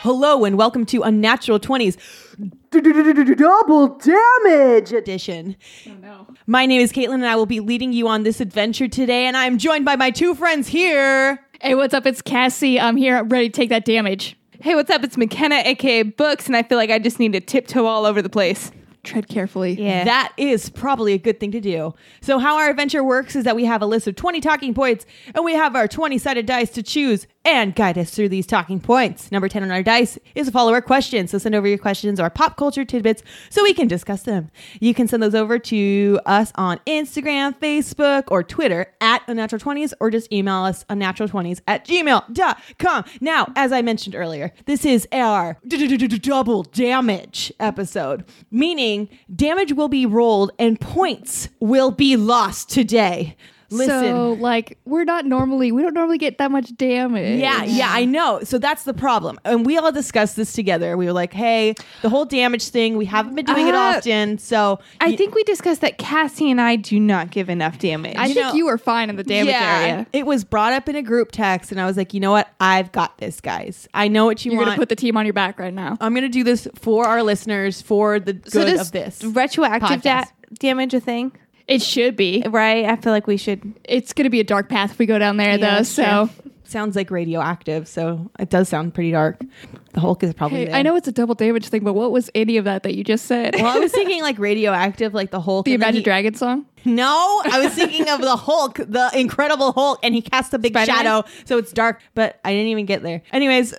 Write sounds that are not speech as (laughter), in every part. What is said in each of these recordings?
Hello and welcome to Unnatural 20s Double damage. edition. My name is Caitlin and I will be leading you on this adventure today, and I'm joined by my two friends here. Hey, what's up? It's Cassie. I'm here, ready to take that damage. Hey, what's up? It's McKenna, aka Books, and I feel like I just need to tiptoe all over the place. Tread carefully. Eh. Yeah. That is probably a good thing to do. So, how our adventure works is that we have a list of 20 talking points and we have our 20 sided dice to choose and guide us through these talking points. Number 10 on our dice is a follower question. So, send over your questions or pop culture tidbits so we can discuss them. You can send those over to us on Instagram, Facebook, or Twitter at unnatural20s or just email us unnatural20s at gmail.com. Now, as I mentioned earlier, this is our double damage episode, meaning damage will be rolled and points will be lost today. Listen. So, like, we're not normally, we don't normally get that much damage. Yeah, yeah, I know. So that's the problem. And we all discussed this together. We were like, hey, the whole damage thing, we haven't been doing it Ah. often. So I think we discussed that Cassie and I do not give enough damage. I You think know- you were fine in the damage area. It was brought up in a group text, and I was like, you know what? I've got this, guys. I know what you You're going want. to put the team on your back right now. I'm going to do this for our listeners, for the good so does of this. retroactive da- podcast. damage a thing, It should be. right? I feel like we should. It's going to be a dark path if we go down there, though. that's So, Sounds like radioactive, so it does sound pretty dark. The Hulk is probably hey, there. I know it's a double damage thing, but what was any of that that you just said? Well, I (laughs) was thinking like radioactive, like the Hulk. the and then Imagine he- Dragon song? No, I was thinking of the Hulk, the Incredible Hulk, and he casts a big Spider-Man? shadow, so it's dark. But I didn't even get there. Anyways,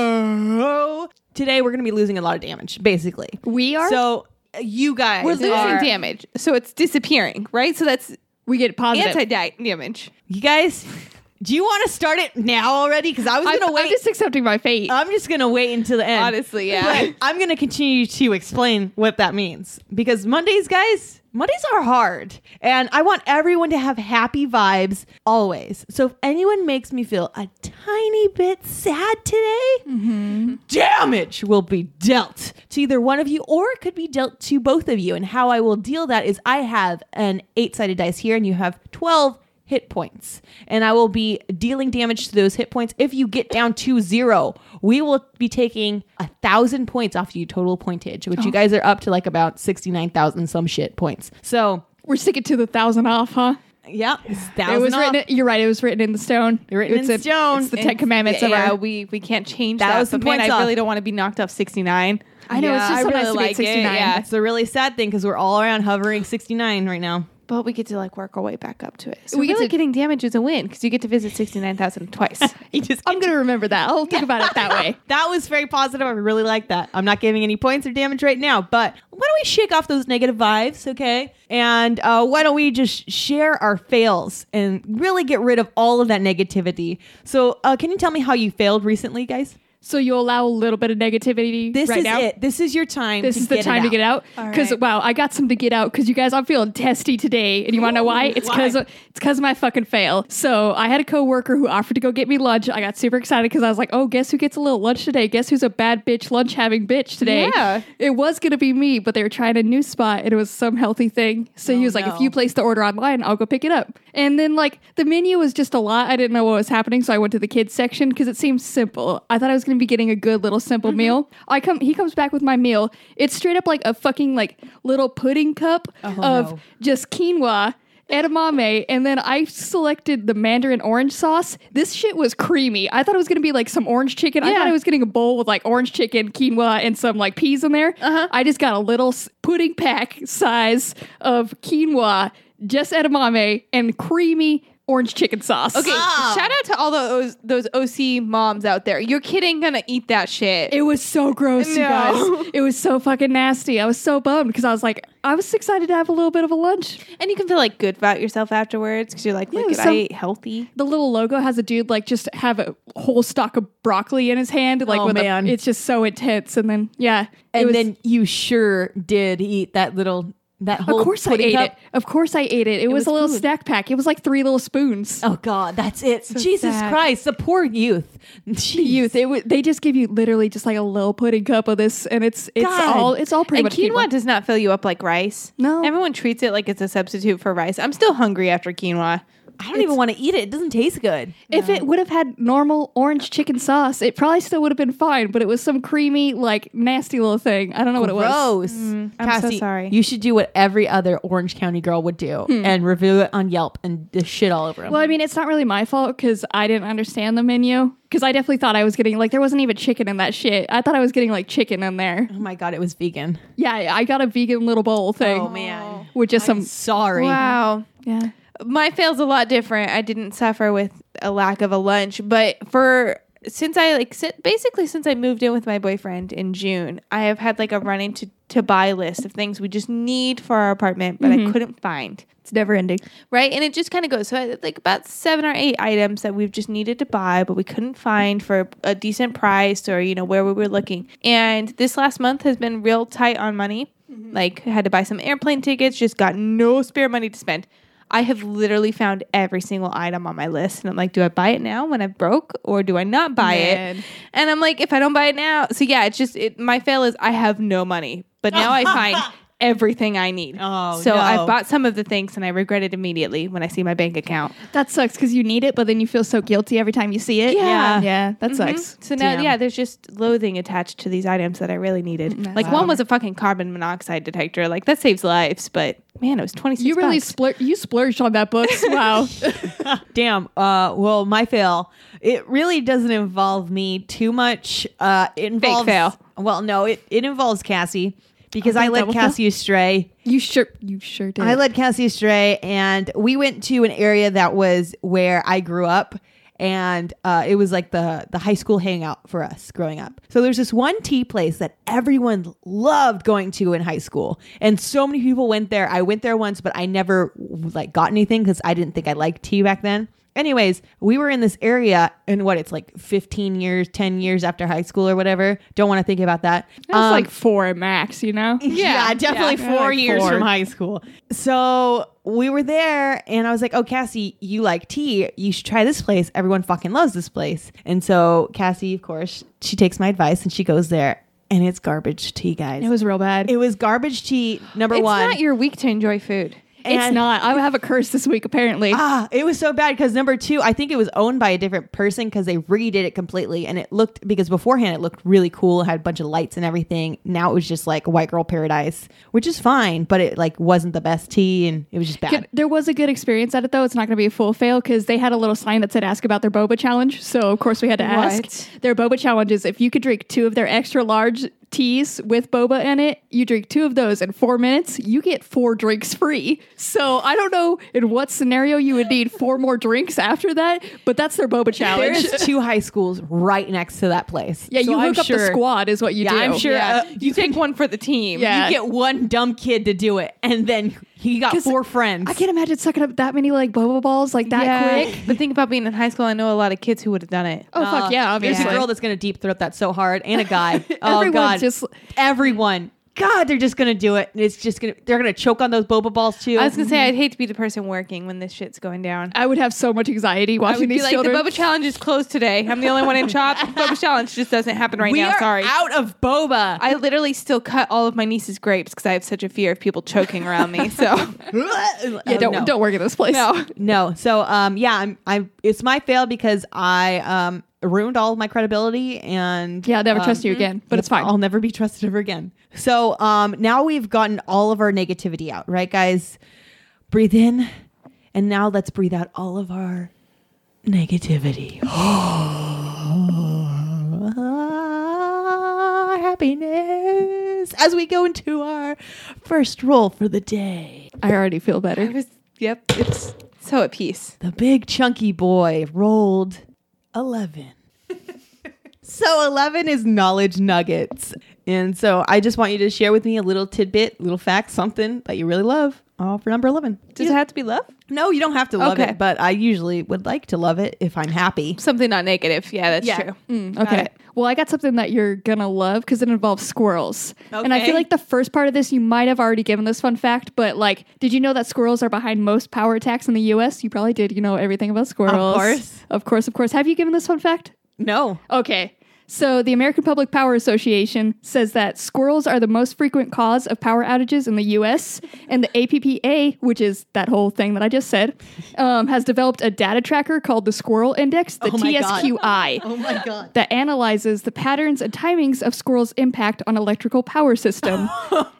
so today we're gonna be losing a lot of damage, basically. We are? So uh, you guys We're losing are- damage, so it's disappearing, right? So that's we get positive. anti damage. You guys, do you want to start it now already? Because I was I'm, gonna wait. I'm just accepting my fate. gonna wait until the end. Honestly, yeah. But I'm gonna continue to explain what that means because Mondays, guys, Mondays are hard, and I want everyone to have happy vibes always. So if anyone makes me feel a tiny bit sad today, damage will be dealt to either one of you or it could be dealt to both of you. And how I will deal that is I have an eight sided dice here and you have 12 hit points. And I will be dealing damage to those hit points. If you get down to zero, we will be taking a thousand points off you total pointage, which Oh. you guys are up to like about 69,000 some shit points. So, we're sticking to the thousand off, huh? yeah, it's It thousand was off. written. You're right. It was written in the stone. Written it's in a- stone. It's the Ten Commandments of yeah, our we we can't change That that. was the but man, points I really off. don't want to be knocked off sixty nine. I know, it's just so nice to be at 69. yeah, That's the really sad thing because we're all around hovering 69 right now. but we get to like work our way back up to it. So We we get really to- getting damage is a win because you get to visit sixty nine thousand twice. You just I'm gonna remember that. I'll think about it that (laughs) way. That was very positive. I really like that. I'm not giving any points or damage right now, but why don't we shake off those negative vibes, okay? And uh, why don't we just share our fails and really get rid of all of that negativity? So, uh, can you tell me how you failed recently, guys? So you allow a little bit of negativity This right is now. it. This is your time. This to is the get time it to get out All because right. wow, I got some to get out because you guys, I'm feeling testy today, and you want to know why? It's because it's because of my fucking fail. So I had a coworker who offered to go get me lunch. I got super excited because I was like, oh, guess who gets a little lunch today? Guess who's a bad bitch lunch having bitch today? Yeah. it was gonna be me, but they were trying a new spot, and it was some healthy thing. So he was like, Oh, no. if you place the order online, I'll go pick it up. And then like the menu was just a lot. I didn't know what was happening, so I went to the kids section because it seemed simple. I thought I was gonna be getting a good little simple Mm-hmm. meal. I come, he comes back with my meal. It's straight up like a fucking like little pudding cup Oh, of no. just quinoa. Edamame, and then I selected the mandarin orange sauce. This shit was creamy. I thought it was gonna be like some orange chicken. I thought Yeah. I was getting a bowl with like orange chicken, quinoa, and some like peas in there. Uh-huh. I just got a little s- pudding pack size of quinoa, just edamame, and creamy orange chicken sauce. Okay, shout out to all those (laughs) those OC moms out there. Your kidding gonna eat that shit. It was so gross, you No. guys. It was so fucking nasty. I was so bummed because I was like, I was excited to have a little bit of a lunch. and you can feel like good about yourself afterwards because you're like, it look, was at some- I ate healthy. The little logo has a dude like just have a whole stalk of broccoli in his hand. Like, Oh, with a- man. it's just so intense. And then, yeah. it And was- then you sure did eat that little that whole. Of course I pudding ate cup. it. Of course I ate it. It, was, was a little food. snack pack. It was like three little spoons. Oh God, that's it. Jesus sad. Christ, the poor youth. The youth, it w- they just give you literally just like a little pudding cup of this, and it's it's God. all it's all pretty And much quinoa quinoa. does not fill you up like rice. No. everyone treats it like it's a substitute for rice. I'm still hungry after quinoa. I don't even want to eat it. It doesn't taste good. If it would have had normal orange chicken sauce, it probably still would have been fine, but it was some creamy, like nasty little thing. I don't know what it was. Gross. Mm-hmm. I'm so sorry. Hmm. You should do what every other Orange County girl would do and review it on Yelp and just shit all over them. Well, I mean, it's not really my fault because I didn't understand the menu. Because I definitely thought I was getting like there wasn't even chicken in that shit. I thought I was getting like chicken in there. oh my god, it was vegan. Yeah, I- I got a vegan little bowl thing. man. with just some. Sorry. Wow. Yeah. my fail's Mm-hmm. a lot different. I didn't suffer with a lack of a lunch, but for since I like si- basically since I moved in with my boyfriend in June, I have had like a running to to buy list of things we just need for our apartment, but Mm-hmm. I couldn't find. It's never ending. Right, and it just kind of goes. So I, like about seven or eight items that we've just needed to buy, but we couldn't find for a decent price or you know where we were looking. And this last month has been real tight on money. Mm-hmm. Like had to buy some airplane tickets, just got no spare money to spend. I have literally found every single item on my list, and I'm like, do I buy it now when I'm broke, or do I not buy Man. it? And I'm like, if I don't buy it now, so yeah, it's just it, my fail is I have no money, but now (laughs) I find everything I need. Oh, so no. I bought uh, some of the things and I regret it immediately when I see my bank account. That sucks because you need it, but then you feel so guilty every time you see it. Yeah. Yeah. That sucks. So now, Damn. yeah, there's just loathing attached to these items that I really needed. Mm, like one was a fucking carbon monoxide detector. Like that saves lives, but man, it was twenty six. You really bucks. splur- you splurged on that book. Wow. Damn. Uh, well, my fail. It really doesn't involve me too much. Uh, it involves fail. Well, no, it, it involves Cassie because Okay, I led double fail. Cassie astray. you sure you sure did. I led Cassie astray, and we went to an area that was where I grew up, and uh, it was like the the high school hangout for us growing up. So there's this one tea place that everyone loved going to in high school, and so many people went there. I went there once, but I never like got anything because I didn't think I liked tea back then. Anyways, we were in this area, and what it's like 15 years, 10 years after high school or whatever. Don't want to think about that. That's like four max, you know? Yeah, definitely Yeah, four like years four. from high school. So we were there, and I was like, "Oh, Cassie, you like tea? You should try this place. Everyone fucking loves this place." And so Cassie, of course, she takes my advice and she goes there, and it's garbage tea, guys. It was real bad. it was garbage tea number It's one. not your week to enjoy food. it's and- not. I have a curse this week, apparently. Ah, it was so bad because number two, I think it was owned by a different person because they redid it completely. And it looked, because beforehand it looked really cool, it had a bunch of lights and everything. Now it was just like white girl paradise, which is fine, but it like wasn't the best tea and it was just bad. Good- There was a good experience at it though. It's not going to be a full fail because they had a little sign that said "Ask about their boba challenge." So of course we had to What? ask. Their boba challenge is if you could drink two of their extra large teas with boba in it, you drink two of those in four minutes, you get four drinks free. So I don't know in what scenario you would need four more drinks after that, but that's their boba challenge. There's two high schools right next to that place. Yeah, So you I'm hook up the sure- squad is what you Yeah, do. I'm sure uh, (laughs) you, take one for the team. Yeah. you get one dumb kid to do it, and then he got 'Cause four friends. I can't imagine sucking up that many like boba balls like that Yeah. quick. But think about being in high school. I know a lot of kids who would have done it. Oh Uh, fuck yeah! Obviously, There's a girl that's gonna deep throat that so hard, and a (laughs) guy. oh Everyone god, just- everyone. God, they're just gonna do it. And it's just gonna. They're gonna choke on those boba balls too. I was gonna mm-hmm. say I'd hate to be the person working when this shit's going down. I would have so much anxiety I watching would be these like, Uh, children. the boba challenge is closed today. I'm the only one (laughs) in shop. boba challenge just doesn't happen right we now. are Sorry. out of boba. I literally still cut all of my niece's grapes because I have such a fear of people choking around me. So yeah, yeah, don't no. don't work at this place. no, No. So um yeah, I'm I'm it's my fail because I um ruined all of my credibility and (laughs) Yeah, I'll never um, trust you again. But it's fine. I'll never be trusted ever again. So um now we've gotten all of our negativity out, right guys? Breathe in and now let's breathe out all of our negativity. (gasps) Happiness as we go into our first roll for the day. I already feel (laughs) It better. was- yep, it's so at peace. The big chunky boy rolled 11. so 11 is knowledge nuggets. And so I just want you to share with me a little tidbit, little fact, something that you really love, all for number 11. Does it have to be love? No, you don't have to love Okay. it, but I usually would like to love it if I'm happy. Something not negative. Yeah, Mm. that's Yeah. true. Okay. Well, I got something that you're gonna love because it involves squirrels. And I Okay. feel like the first part of this you might have already given this fun fact, but like, did you know that squirrels are behind most power attacks in the U.S.? You probably did. You know everything about squirrels. course. Of course. Of course. Have you given this fun fact? No. Okay. So, the American Public Power Association says that squirrels are the most frequent cause of power outages in the US, and the APPA, which is that whole thing that I just said, um, has developed a data tracker called the Squirrel Index, the Oh my God. TSQI. Oh my god. That analyzes the patterns and timings of squirrels' impact on electrical (laughs) power system.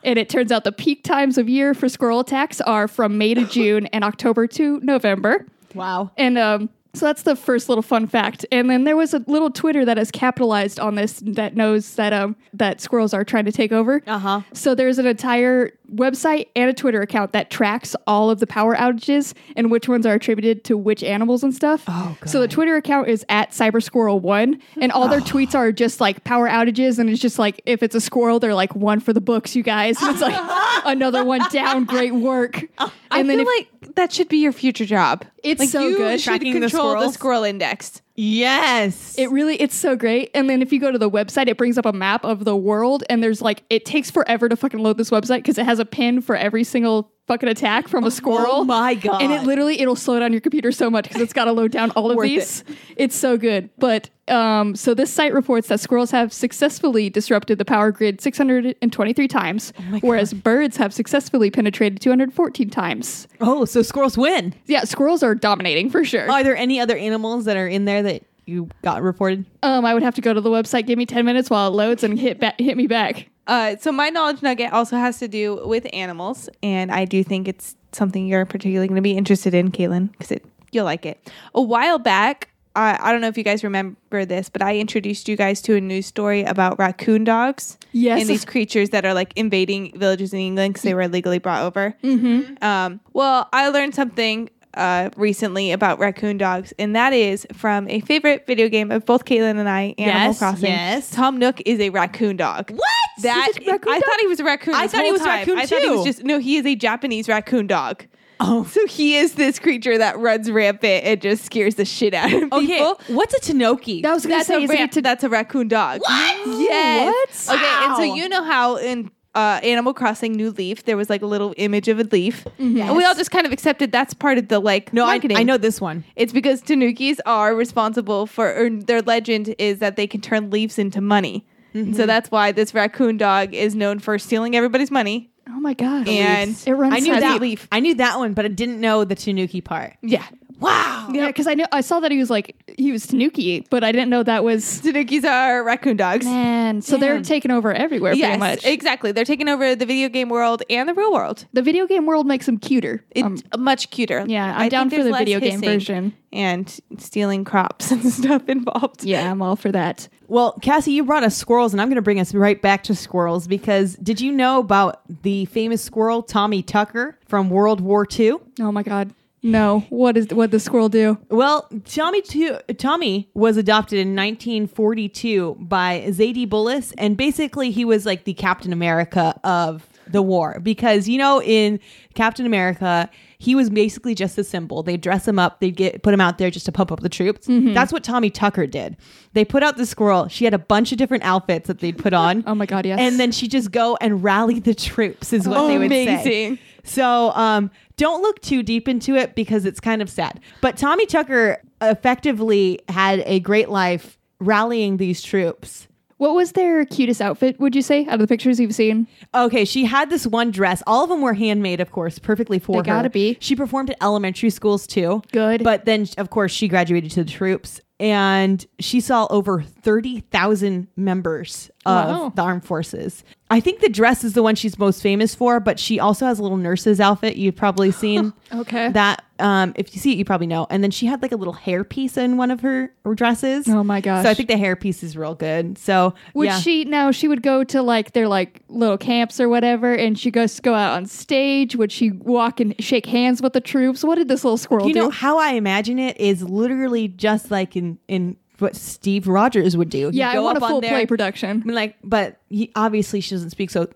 and it turns out the peak times of year for squirrel attacks are from May to June and October to November. Wow. And um, so that's the first little fun fact. And then there was a little Twitter that has capitalized on this that knows that um that squirrels are trying to take over. Uh-huh. So there's an entire website and a Twitter account that tracks all of the power outages and which ones are attributed to which animals and stuff. Oh, So the Twitter account is at cybersquirrel1 and all (sighs) their tweets are just like power outages and it's just like if it's a squirrel they're like one for the books you guys. And it's (laughs) like another one down, great work. And I then if- feel like that should be your future job. It's like so you good. should Tracking the control the, squirrels. squirrel index. Yes. It really, it's so great. And then if you go to the website, it brings up a map of the world, and there's like, it takes forever to fucking load this website because it has a pin for every single fucking attack from a squirrel. Oh my God. And it literally, it'll slow down your computer so much because it's got to load down all of Worth these. It's so good. But um, so this site reports that squirrels have successfully disrupted the power grid 623 times, Oh whereas birds have successfully penetrated 214 times. oh, so squirrels win. Yeah, squirrels are dominating for sure. Are there any other animals that are in there that you got reported? Um, I would have to go to the website. Give me ten minutes while it loads and hit ba- hit me back. Uh, so my knowledge nugget also has to do with animals, and I do think it's something you're particularly going to be interested in, Caitlin, because it you'll like it. A while back, I, I don't know if you guys remember this, but I introduced you guys to a news story about raccoon dogs. Yes. and these creatures that are like invading villages in England because they were illegally brought over. Mm-hmm. Um, well, I learned something. Uh, recently about raccoon dogs, and that is from a favorite video game of both Caitlin and I, Animal Yes, Crossing. yes. Tom Nook is a raccoon dog. What? That He's a raccoon I dog? thought he was a raccoon. I this thought he whole was a time. raccoon I thought he was too. just no. He is a Japanese raccoon dog. Oh. So he is this creature that runs rampant and just scares the shit out of Okay. people. What's a Tanoki? That was gonna That's say, a is it rat- to- that's a raccoon dog. What? Yes. What? Okay, and so Wow. you know how in uh, Animal Crossing New Leaf there was like a little image of a leaf, and we all just kind of accepted that's part of the like Mm-hmm. no, I, marketing. I know this one. It's because Tanukis are responsible for, or their legend is that they can turn leaves into money. And Mm-hmm. So that's why this raccoon dog is known for stealing everybody's money. oh my god! And it runs. I knew fast. that. leaf. I knew that one, but I didn't know the Tanuki part. Yeah. Wow. Yeah, because I know I saw that he was like he was Tanuki, but I didn't know that was Tanukis are raccoon dogs. man. So they're Damn. taking over everywhere Yes, pretty much. exactly. They're taking over the video game world and the real world. the video game world makes them cuter. It's Um, much cuter. yeah, I I'm down think for there's the less video game hissing version. And stealing crops (laughs) and stuff involved. Yeah, I'm all for that. Well, Cassie, you brought us squirrels, and I'm going to bring us right back to squirrels because did you know about the famous squirrel Tommy Tucker from World War II? Oh my god! No, what is what the squirrel do? Well, Tommy Tu- Tommy was adopted in 1942 by Zadie Bullis, and basically he was like the Captain America of the war because you know in Captain America he was basically just a symbol. They dress him up, they get put him out there just to pump up the troops. That's what Tommy Tucker did. They put out the squirrel. She had a bunch of different outfits that they'd put on. Oh my God, yes. And then she just go and rally the troops is what they would say. Amazing. So um, don't look too deep into it because it's kind of sad. But Tommy Tucker effectively had a great life rallying these troops. What was their cutest outfit? Would you say out of the pictures you've seen? Okay, she had this one dress. All of them were handmade, of course, perfectly for her. They gotta be. She performed at elementary schools too. Good. But then, of course, she graduated to the troops and she saw over 30,000 members of Wow. the armed forces. I think the dress is the one she's most famous for, but she also has a little nurse's outfit you've (gasps) probably seen. Okay. That, um, if you see it, you probably know. And then she had like a little hairpiece in one of her dresses. Oh my gosh. So I think the hairpiece is real good. So, Would yeah. she now? She would go to like their like little camps or whatever, and she goes go out on stage. Would she walk and shake hands with the troops? What did this little squirrel you do? know how I imagine it is literally just like in in what Steve Rogers would do. He'd yeah, I go want a up on full there, play I production. mean, like, but he, obviously she doesn't speak, so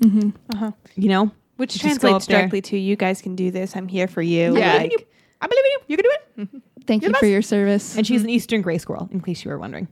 Mm-hmm. you know, Which You just go translates up there. directly to you guys can do this. I'm here for you. Yeah. I believe in you. I believe in you. You can Mm-hmm. do it. Thank you the for best. your service. And she's an Eastern gray squirrel, in case you were wondering.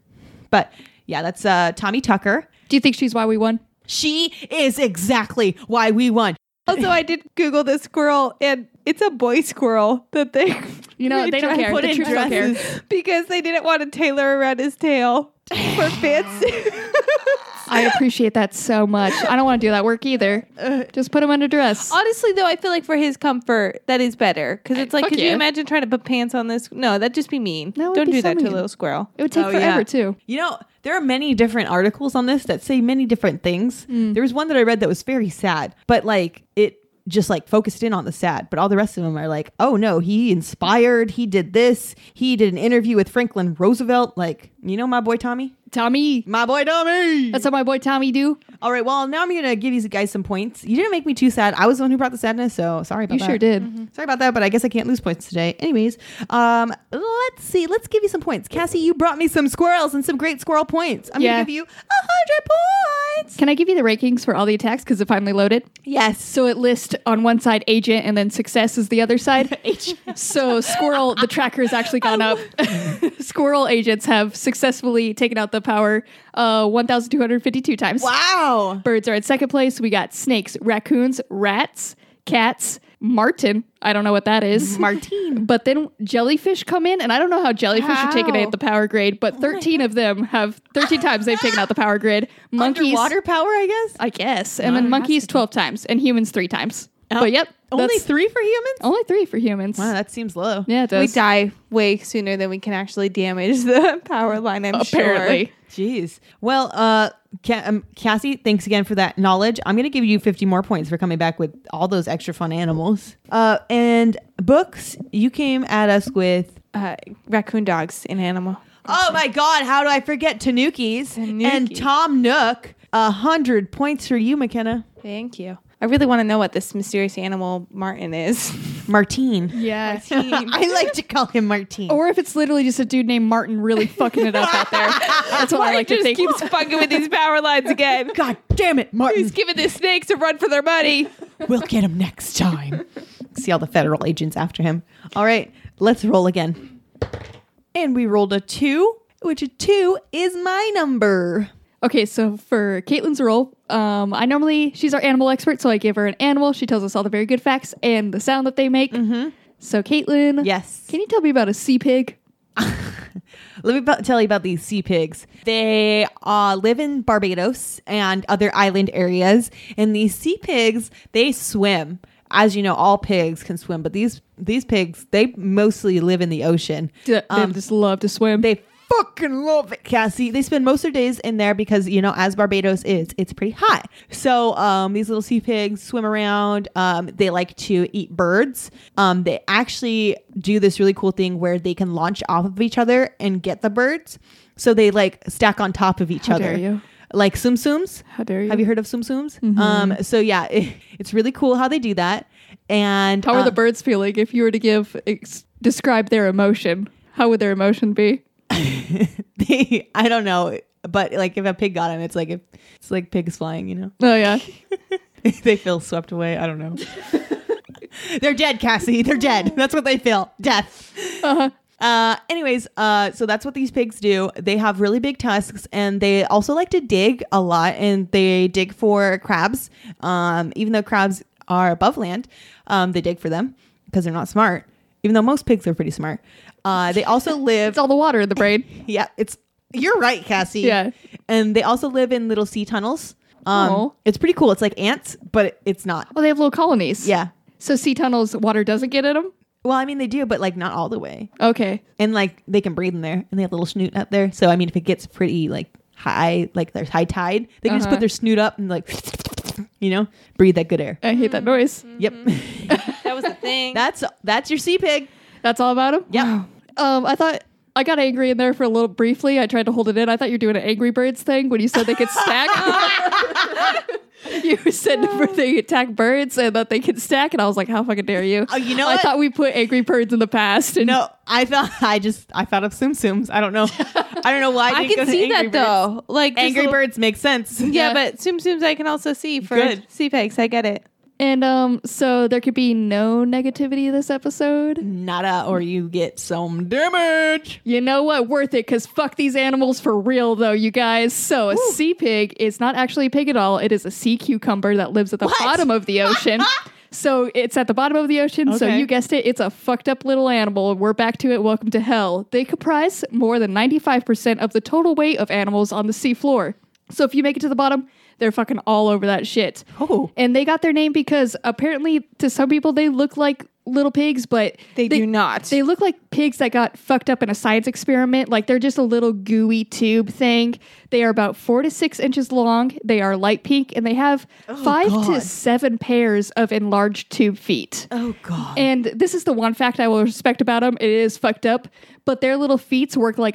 But yeah, that's uh, Tommy Tucker. do you think she's why we won? She is exactly why we won. Also, I did Google this squirrel, and it's a boy squirrel that (laughs) they You know, they don't tried care. to The put in troops don't care. dresses because they didn't want to tailor around his tail. for fancy. (laughs) I appreciate that so much. I don't want to do that work either. Just put him under dress. (laughs) Oh, Honestly, though, I feel like for his comfort, that is better because it's like, fuck could you yeah. imagine trying to put pants on this? No, that'd just be mean. That would Don't be do so that to a mean. little squirrel. It would take Oh, yeah. forever too. You know, there are many different articles on this that say many different things. There was one that I read that was very sad, but like it just like focused in on the sad, but all the rest of them are like, oh no, he inspired, he did this, he did an interview with Franklin Roosevelt. Like, you know, my boy Tommy? Tommy, My boy Tommy! that's what my boy Tommy do. all right, well, now I'm gonna give you guys some points. You didn't make me too sad. I was the one who brought the sadness, so sorry about You that. Mm-hmm. sure did. Mm-hmm. Sorry about that, but I guess I can't lose points today. Anyways, um, let's see. Let's give you some points. Cassie, you brought me some squirrels and some great squirrel points. I'm Yeah. gonna give you a hundred points. Can I give you the rankings for all the attacks because they're finally loaded? Yes. So it lists on one side agent and then success is the (laughs) other side. so squirrel, the tracker has actually gone up. squirrel agents have successfully taken out the power uh, 1,252 times. Wow. Birds are in second place. We got snakes, raccoons, rats, cats, Martin. I don't know what that (laughs) is. Martine. But then jellyfish come in, and I don't know how jellyfish are taking How? Oh out the power grade, but 13 of them have (laughs) 13 times they've taken out the power grade. Monkeys, Underwater power, I guess. I guess, and then monkeys 12 times, and humans three times. Oh, but yep, Only that's- three for humans. only three for humans. Wow, that seems low. Yeah, it We does. die way sooner than we can actually damage the (laughs) power line. I'm apparently. sure. Jeez. Well, uh, Ca- um, Cassie, thanks again for that knowledge. I'm going to give you 50 more points for coming back with all those extra fun animals. Uh, and books, you came at us with Uh, raccoon dogs, an animal. Oh my God! How do I forget Tanukis and Tanuki. Tom Nook? A hundred points for you, McKenna. Thank you. I really want to know what this mysterious animal Martin (laughs) is. Martine. Yeah. I like to call him Martine. (laughs) Or if it's literally just a dude named Martin really fucking it up out (laughs) there. That's what I like to just think. keeps fucking with these power lines (laughs) again. God damn it, Martin! He's giving the snakes a run for their money. We'll get him next time. (laughs) See all the federal agents after him. All right, let's roll again. And we rolled a two, which a two is my number. Okay, so for Caitlin's role, um, I normally she's our animal expert, so I give her an animal. She tells us all the very good facts and the sound that they make. Mm-hmm. So (laughs) Caitlin, Yes. can you tell me about a sea pig? Let me bu- tell you about these sea pigs. They uh, live in Barbados and other island areas, and these sea pigs they swim. As you know, all pigs can swim, but these these pigs they mostly live in the ocean. D- Um, they just love to swim. They fucking love it, Cassie. They spend most of their days in there because you know, as Barbados is, it's pretty hot. So um, these little sea pigs swim around. Um, they like to eat birds. Um, they actually do this really cool thing where they can launch off of each other and get the birds. So they like stack on top of each How other. dare you. Like sumsums. How dare you. Mm-hmm. Have you heard of sumsums? Um, so yeah, (laughs) it's really cool how they do that. And how are uh, the birds feeling? If you were to give ex- describe their emotion, how would their emotion be? they um, (laughs) I don't know, but like if a pig got him, it's like if, it's like pigs flying, you know. (laughs) Oh yeah, they feel swept away. I don't know. They're dead, Cassie. They're dead. That's what they feel. Death. Uh-huh. Uh, anyways, uh, so that's what these pigs do. They have really big tusks, and they also like to dig a lot, and they dig for crabs. Um, even though crabs are above land, um, they dig for them because they're not smart. Even though most pigs are pretty smart, uh, they also live it's all the water in the brain. yeah, it's you're right, Cassie. Yeah. and they also live in little sea tunnels. Um, Aw. it's pretty cool. It's like ants, but it's not. Oh, they have little colonies. Yeah. So sea tunnels, water doesn't get in them. Well, I mean, they do, but like not all the way. Okay. And like they can breathe in there, and they have a little snoot up there. So I mean, if it gets pretty like high, like there's high tide, they can just Uh-huh. put their snoot up and like, (laughs) you know, breathe that good air. I hate Mm. that noise. Mm-hmm. Yep, (laughs) That was the thing. that's that's your sea pig. That's all about them. Yep. Um, I thought I got angry in there for a little briefly. I tried to hold it in. I thought you were doing an Angry Birds thing when you said they could stack. (laughs) you said (laughs) they attack birds and that they could stack, and I was like, "How fucking dare you!" Oh, you know I what? thought we put Angry Birds in the past. And No, I thought I just I thought of Tsumtsums. I don't (laughs) know. I don't know why I, I didn't go can to see Angry that though. Like Birds. Angry bird. Birds makes sense. Yeah, Yeah. but Tsum Tsums I can also see for Good. sea pigs. I get it. and um, so there could be no negativity this episode. nada or you get some damage. You know what? Worth it because fuck these animals for real, though, you guys. So, a sea pig is not actually a pig at all. It is a sea cucumber that lives at the bottom of the ocean. So it's at the bottom of the ocean. So Okay. you guessed it. It's a fucked up little animal. We're back to it. Welcome to hell. They comprise more than 95% of the total weight of animals on the seafloor. So if you make it to the bottom, they're fucking all over that shit. Oh. And they got their name because apparently to some people they look like little pigs, but They do not. They look like pigs that got fucked up in a science experiment. Like they're just a little gooey tube thing. They are about four to six inches long. They are light pink and they have five to Oh, God. seven pairs of enlarged tube feet. Oh god. And this is the one fact I will respect about them. It is fucked up, but their little feet work like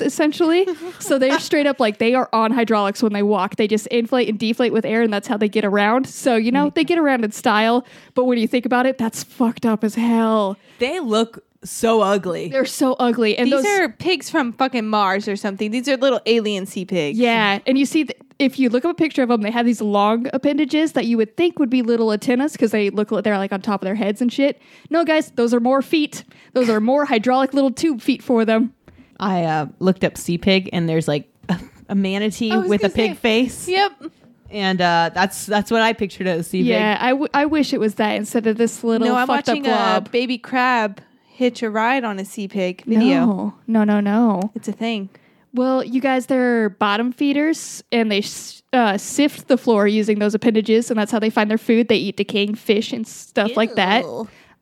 (laughs) essentially. so they're straight up like they are on hydraulics when they walk. They just inflate and deflate with air, and that's how they get around. So you know they get around in style. But when you think about it, that's fucked up as hell. They look so ugly. They're so ugly, and These those are pigs from fucking Mars or something. These are little alien sea pigs. Yeah, and you see, th- if you look up a picture of them, they have these long appendages that you would think would be little antennas because they look like they're like on top of their heads and shit. No, guys, those are more feet. Those are more hydraulic little tube feet for them. I uh, looked up sea pig and there's like a, a manatee I was with a gonna pig say- face, Yep. and uh, that's that's what I pictured as sea Yeah, pig. I, w- I wish it was that instead of this little No, I'm fucked up watching a blob. baby crab hitch a ride on a sea pig video. No, no, no, no. It's a thing. Well, you guys, they're bottom feeders, and they s- uh, sift the floor using those appendages, and that's how they find their food. They eat decaying fish and stuff like that.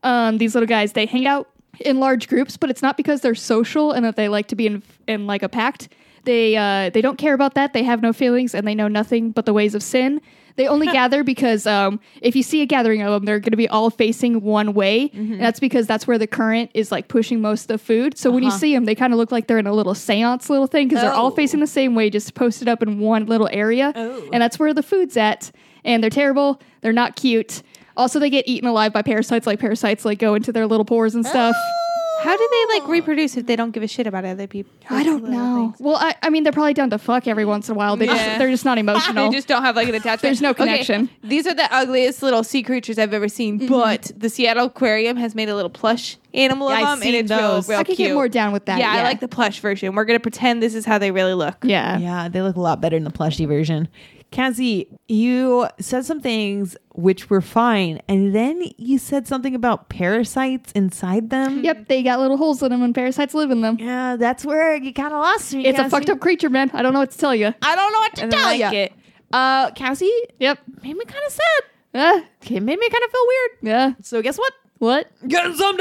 Um, these little guys, they hang out in large groups, but it's not because they're social and that they like to be in, in like a pact. They uh, they don't care about that. They have no feelings, and they know nothing but the ways of sin. (laughs) They only gather because um, if you see a gathering of them, they're going to be all facing one way, Mm-hmm. and that's because that's where the current is like pushing most of the food. So when you see them, they kind of look like they're in a little seance little thing because they're all Uh-huh. Oh. facing the same way, just posted up in one little area, Oh. and that's where the food's at. And they're terrible. They're not cute. Also, they get eaten alive by parasites. Like parasites, like go into their little pores and stuff. Oh. How do they like reproduce if they don't give a shit about other people? I don't Little know. things. Well, I, I mean, they're probably down to fuck every once in a while. They Yeah. just, they're just not (laughs) emotional. They just don't have like an attachment. There's no Okay, connection. Mm-hmm. These are the ugliest little sea creatures I've ever seen. But the Seattle Aquarium has made a little plush animal Yeah, of I've them, seen and it's those. real, real I could cute. get more down with that. yeah, I like the plush version. We're gonna pretend this is how they really look. Yeah. Yeah, they look a lot better in the plushy version. Cassie, you said some things which were fine, and then you said something about parasites inside them. Yep. They got little holes in them, and parasites live in them. Yeah, that's where you kind of lost me. It's a Cassie. fucked up creature, man. I don't know what to tell you. I don't know what to I don't tell like you. it. Uh, Cassie Yep. made me kind of sad. Uh, It made me kind of feel weird. yeah. So guess what? What? Get some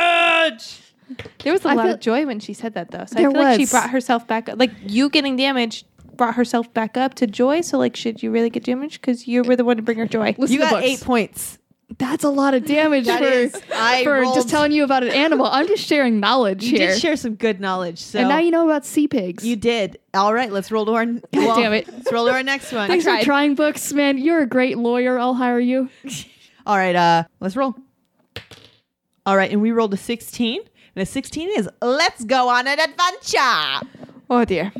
damage. There was a I lot feel- of joy when she said that, though. So I There feel like she was. brought herself back up. Like you getting damaged brought herself back up to joy. So like, should you really get damaged? Because you were the one to bring her joy. Listen You to got books. eight points. That's a lot of damage for, is. I for rolled- just telling you about an animal. I'm just sharing knowledge You here. did share some good knowledge. So and now you know about sea pigs. you did. All right, let's roll to our. God (laughs) damn it. Let's roll to our next one. Thanks for tried. trying books, man. You're a great lawyer. I'll hire you. All right, uh, let's roll. All right, and we rolled a 16. And a 16 is let's go on an adventure. Oh dear.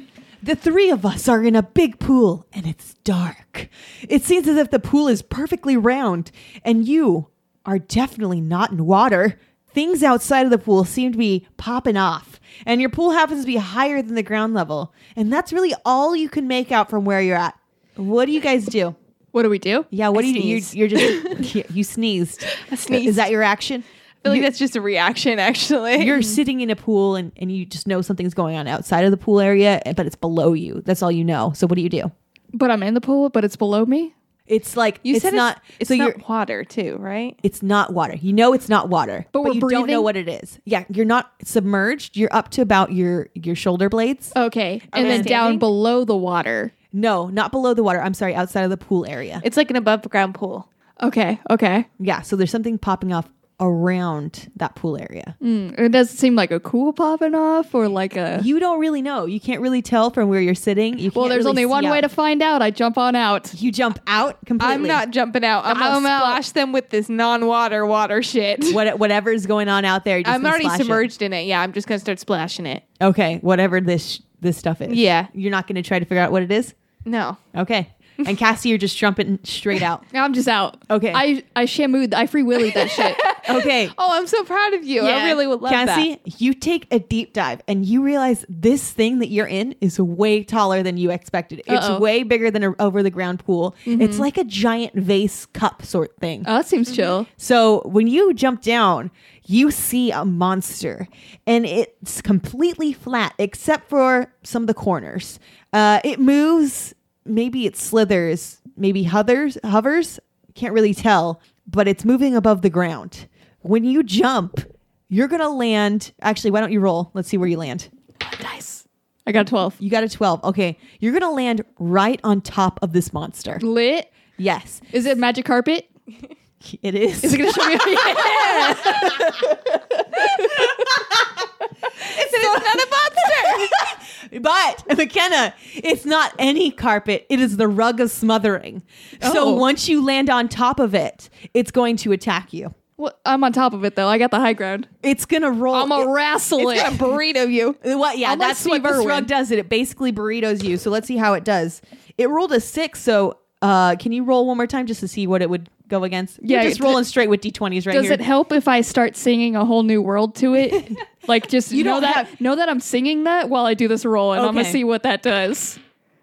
The three of us are in a big pool and it's dark. It seems as if the pool is perfectly round and you are definitely not in water. Things outside of the pool seem to be popping off, and your pool happens to be higher than the ground level. And that's really all you can make out from where you're at. What do you guys do? What do we do? Yeah, what do I you sneeze. do? You're, you're (laughs) just you- you sneezed. Is sneezed. that your action? I feel like that's just a reaction, (laughs) actually. You're sitting in a pool and, and you just know something's going on outside of the pool area, but it's below you. That's all you know. So what do you do? But I'm in the pool, but it's below me. It's like you it's said not It's, it's so not you're water, too, right? it's not water. You know it's not water, But we're you don't know breathing? what it is. Yeah, you're not submerged. You're up to about your your shoulder blades. Okay. And we then down standing? below the water. No, not below the water. I'm sorry, outside of the pool area. It's like an above ground pool. Okay. Okay. Yeah, so there's something popping off around that pool area. Mm, It doesn't seem like a cool popping off or like a. You don't really know. You can't really tell from where you're sitting. You Well, can't there's really only see one way out. to find out. I jump on out. You jump out completely. I'm not jumping out. I'm gonna I'm out. splash them with this non-water water shit. (laughs) what whatever's going on out there. you're just (laughs) I'm gonna already splash it. submerged in it. Yeah, I'm just gonna start splashing it. Okay, whatever this this stuff is. Yeah. you're not going to try to figure out what it is. No, (laughs) Okay, and Cassie, you're just jumping straight out. I'm just out. Okay. (laughs) I I shammooed. I free willied that shit. Okay. Oh, I'm so proud of you. I Yeah. really would love that. Cassie, you take a deep dive and you realize this thing that you're in is way taller than you expected. It's Uh-oh. way bigger than an over the ground pool. It's Mm-hmm. like a giant vase cup sort thing. Oh, that seems chill. So when you jump down, you see a monster, and it's completely flat except for some of the corners. Uh, it moves. Maybe it slithers. Maybe hovers. Hovers. Can't really tell, but it's moving above the ground. When you jump, you're gonna land. Actually, why don't you roll? Let's see where you land. Nice. I got a 12. You got a twelve. Okay, you're gonna land right on top of this monster. Lit. Yes, Is it magic carpet? it is. Is it going to show me? (laughs) (laughs) But McKenna, it's not any carpet. It is the rug of smothering. So Oh. once you land on top of it, it's going to attack you. Well, I'm on top of it, though. I got the high ground. It's gonna roll. I'm a it- wrestle it. (laughs) It's gonna burrito you. what? Yeah, I'm like that's what Steve this Irwin. rug does. It it basically burritos you. So let's see how it does. It rolled a six. So uh, can you roll one more time just to see what it would go against? Yeah, You're just it- rolling straight with d20s right Does here. it help if I start singing a whole new world (laughs) to it? like just You know don't that have- know that I'm singing that while I do this roll, and I'm gonna Okay. see what that does.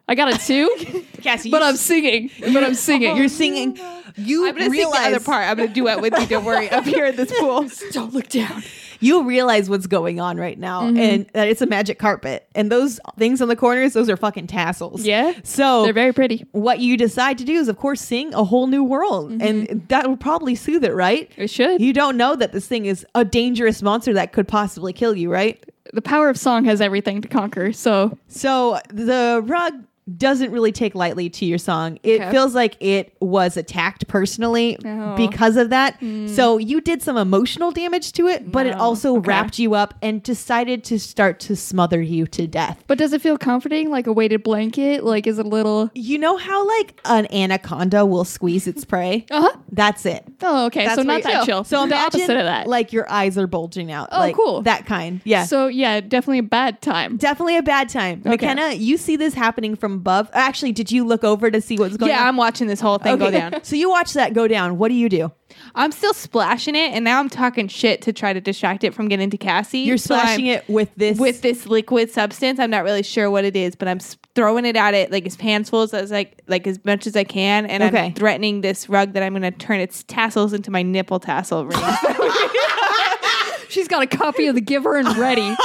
I got a (laughs) two, Cassie, but you- Oh, I'm singing. But I'm singing. you're singing. You I'm gonna realize sing the other part. I'm gonna duet with you. Don't (laughs) worry. Up here in this pool. don't look down. you realize what's going on right now Mm-hmm. and that it's a magic carpet and those things on the corners those are fucking tassels Yeah. so They're very pretty. what you decide to do is of course sing a whole new world and that will probably soothe it right Mm-hmm. It should. you don't know that this thing is a dangerous monster that could possibly kill you right the power of song has everything to conquer. So so the rug doesn't really take lightly to your song. It Okay. feels like it was attacked personally Oh. Hmm. because of that. So you did some emotional damage to it, but it No. also Okay. wrapped you up and decided to start to smother you to death. but does it feel comforting like a weighted blanket? Like is it a little You know how like an anaconda will squeeze (laughs) its prey? Uh-huh. That's it. Oh, okay. That's so where not you- that chill. So the imagine, opposite of that. Like your eyes are bulging out. Oh, like, cool. That kind. Yeah. so yeah, definitely a bad time. Definitely a bad time. McKenna, you see this happening from above. Actually, did you look over to see what's going on? Yeah, I'm watching this whole thing go Okay. down. So you watch that go down. What do you do? (laughs) I'm still splashing it, and now I'm talking shit to try to distract it from getting to Cassie. You're splashing it with this. with this liquid substance. I'm not really sure what it is, but I'm s- throwing it at it like as handfuls as like like as much as I can, and Okay. I'm threatening this rug that I'm going to turn its tassels into my nipple tassel ring. (laughs) She's got a copy of The Giver (laughs) and ready. (laughs)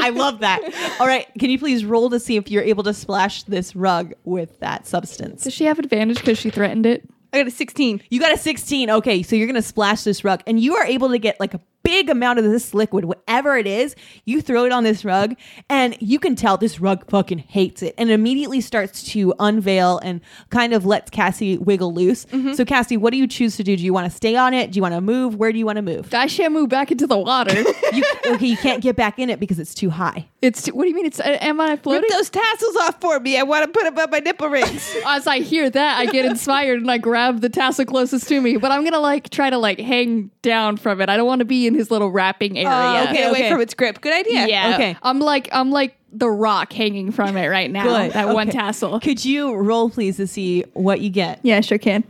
I love that. All right. Can you please roll to see if you're able to splash this rug with that substance? Does she have advantage because she threatened it? I got a 16. You got a 16. Okay. So you're going to splash this rug and you are able to get like a big amount of this liquid, whatever it is. You throw it on this rug and you can tell this rug fucking hates it and immediately starts to unveil and kind of lets Cassie wiggle loose. So, Cassie, what do you choose to do? Do you want to stay on it? Do you want to move? Where do you want to move? I shamu back into the water. You, okay. You can't get back in it because it's too high. (laughs) it's what do you mean? It's uh, am I (laughs) Rip floating? those tassels off for me. I want to put them on my nipple rings. As I hear that, I get inspired and I grab the tassel closest to me. But I'm gonna like try to like hang down from it. I don't want to be in his little wrapping area. Oh, okay. Get away from its grip. Good idea. Yeah. Okay. I'm like I'm like the rock hanging from it right now. Good. That one Oh, Okay. tassel. Could you roll, please, to see what you get? Yeah, sure can.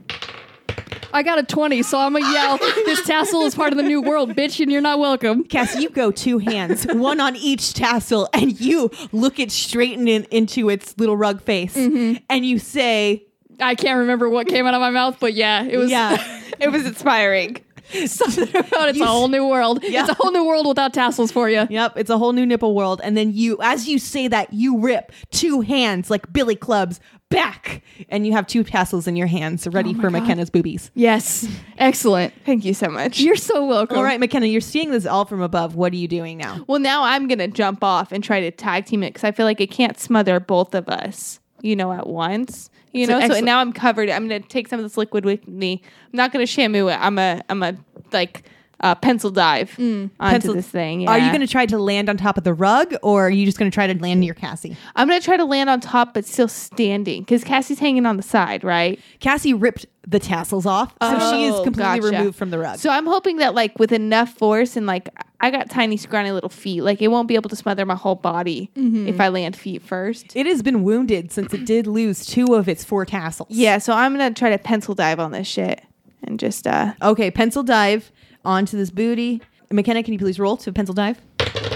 I got a 20, so I'm gonna (laughs) yell, this tassel is part of the new world, bitch, and you're not welcome. Cassie, you go (laughs) two hands, one on each tassel, and you look it straight in, into its little rug face, Mm-hmm. and you say, I can't remember what came out of my mouth, but yeah, it was (laughs) "Yeah, It was inspiring. something about it's You a s- whole new world. Yeah. It's a whole new world without tassels for you. yep, it's a whole new nipple world." And then you, as you say that, you rip two hands like billy clubs back, and you have two tassels in your hands, ready Oh for McKenna's boobies. Yes. Excellent. Thank you so much. You're so welcome. All right, McKenna, you're seeing this all from above. What are you doing now? well, now I'm going to jump off and try to tag team it because I feel like it can't smother both of us, you know, at once. You It's an know, so excellent- now I'm covered. I'm going to take some of this liquid with me. I'm not going to shamu it. I'm a, I'm a like uh, pencil dive onto Pencil- this thing. Are you yeah. going to try to land on top of the rug, or are you just going to try to land near Cassie? I'm going to try to land on top, but still standing because Cassie's hanging on the side, right? Cassie ripped the tassels off, so she is Oh, completely gotcha. removed from the rug. So I'm hoping that like with enough force and like I got tiny scrawny little feet, like it won't be able to smother my whole body if I land feet first. It has been wounded since it did lose two of its four tassels. Yeah, so I'm gonna try to pencil dive on this shit and just uh Okay, pencil dive. onto this booty. McKenna, can you please roll to pencil dive? I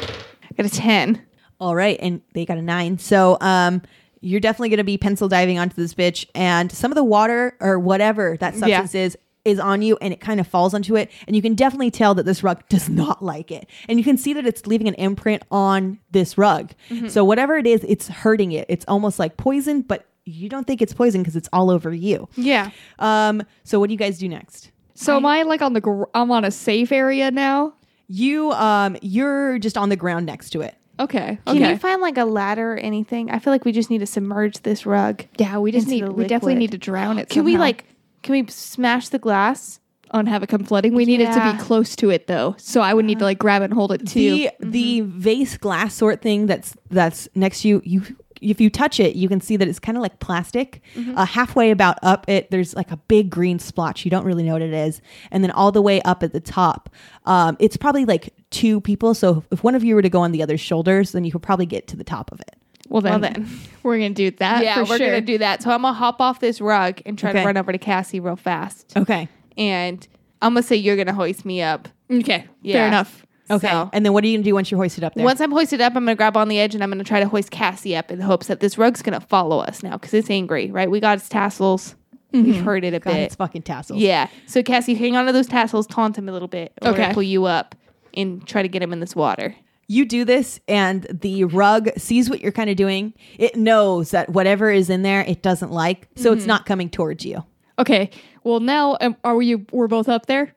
got a 10. All right, and they got a nine. So um, you're definitely going to be pencil diving onto this bitch, and some of the water or whatever that substance is is on you, and it kind of falls onto it, and you can definitely tell that this rug does (laughs) not like it, and you can see that it's leaving an imprint on this rug. So whatever it is, it's hurting it. It's almost like poison, but you don't think it's poison because it's all over you. Yeah. Um, so what do you guys do next? So am I like on the gr- I'm on a safe area now? You um, you're just on the ground next to it. Okay. Can okay. you find like a ladder or anything? I feel like we just need to submerge this rug. yeah, we just into need the we definitely liquid. need to drown it. Can we somehow. like, can we smash the glass? on have it come flooding? We need it to Yeah. be Uh-huh. close to it though, so I would need to like grab it and hold it too. the Mm-hmm. the vase glass sort thing that's that's next to you you if you touch it you can see that it's kind of like plastic Mm-hmm. uh, halfway about up it there's like a big green splotch you don't really know what it is and then all the way up at the top um, it's probably like two people so if one of you were to go on the other's shoulders then you could probably get to the top of it well, then, then. (laughs) we're gonna do that. yeah, for we're sure. gonna do that. So I'm gonna hop off this rug and try Okay. to run over to Cassie real fast. okay And I'm gonna say you're gonna hoist me up. Okay, fair Yeah. enough. okay So- and then what are you gonna do once you're hoisted up there Once I'm hoisted up, I'm gonna grab on the edge and I'm gonna try to hoist Cassie up in the hopes that this rug's gonna follow us now because it's angry, right? We got its tassels. We've heard it a God, bit. it's fucking tassels Yeah. So Cassie, hang on to those tassels, taunt him a little bit. We're gonna Okay. Pull you up and try to get him in this water. You do this, and the rug sees what you're kind of doing. It knows that whatever is in there, it doesn't like, so Mm-hmm. it's not coming towards you. Okay. Well, now um, are we? We're both up there.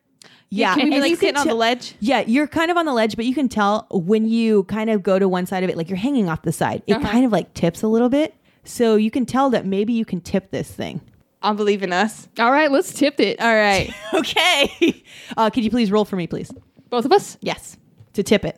Yeah, Can we and like you can sit on te- the ledge? Yeah, you're kind of on the ledge, but you can tell when you kind of go to one side of it, like you're hanging off the side. Uh-huh. It kind of like tips a little bit, so you can tell that maybe you can tip this thing. (laughs) I believe in us. All right, let's tip it. All right. Okay, uh, could you please roll for me, please? Both of us. Yes, to tip it.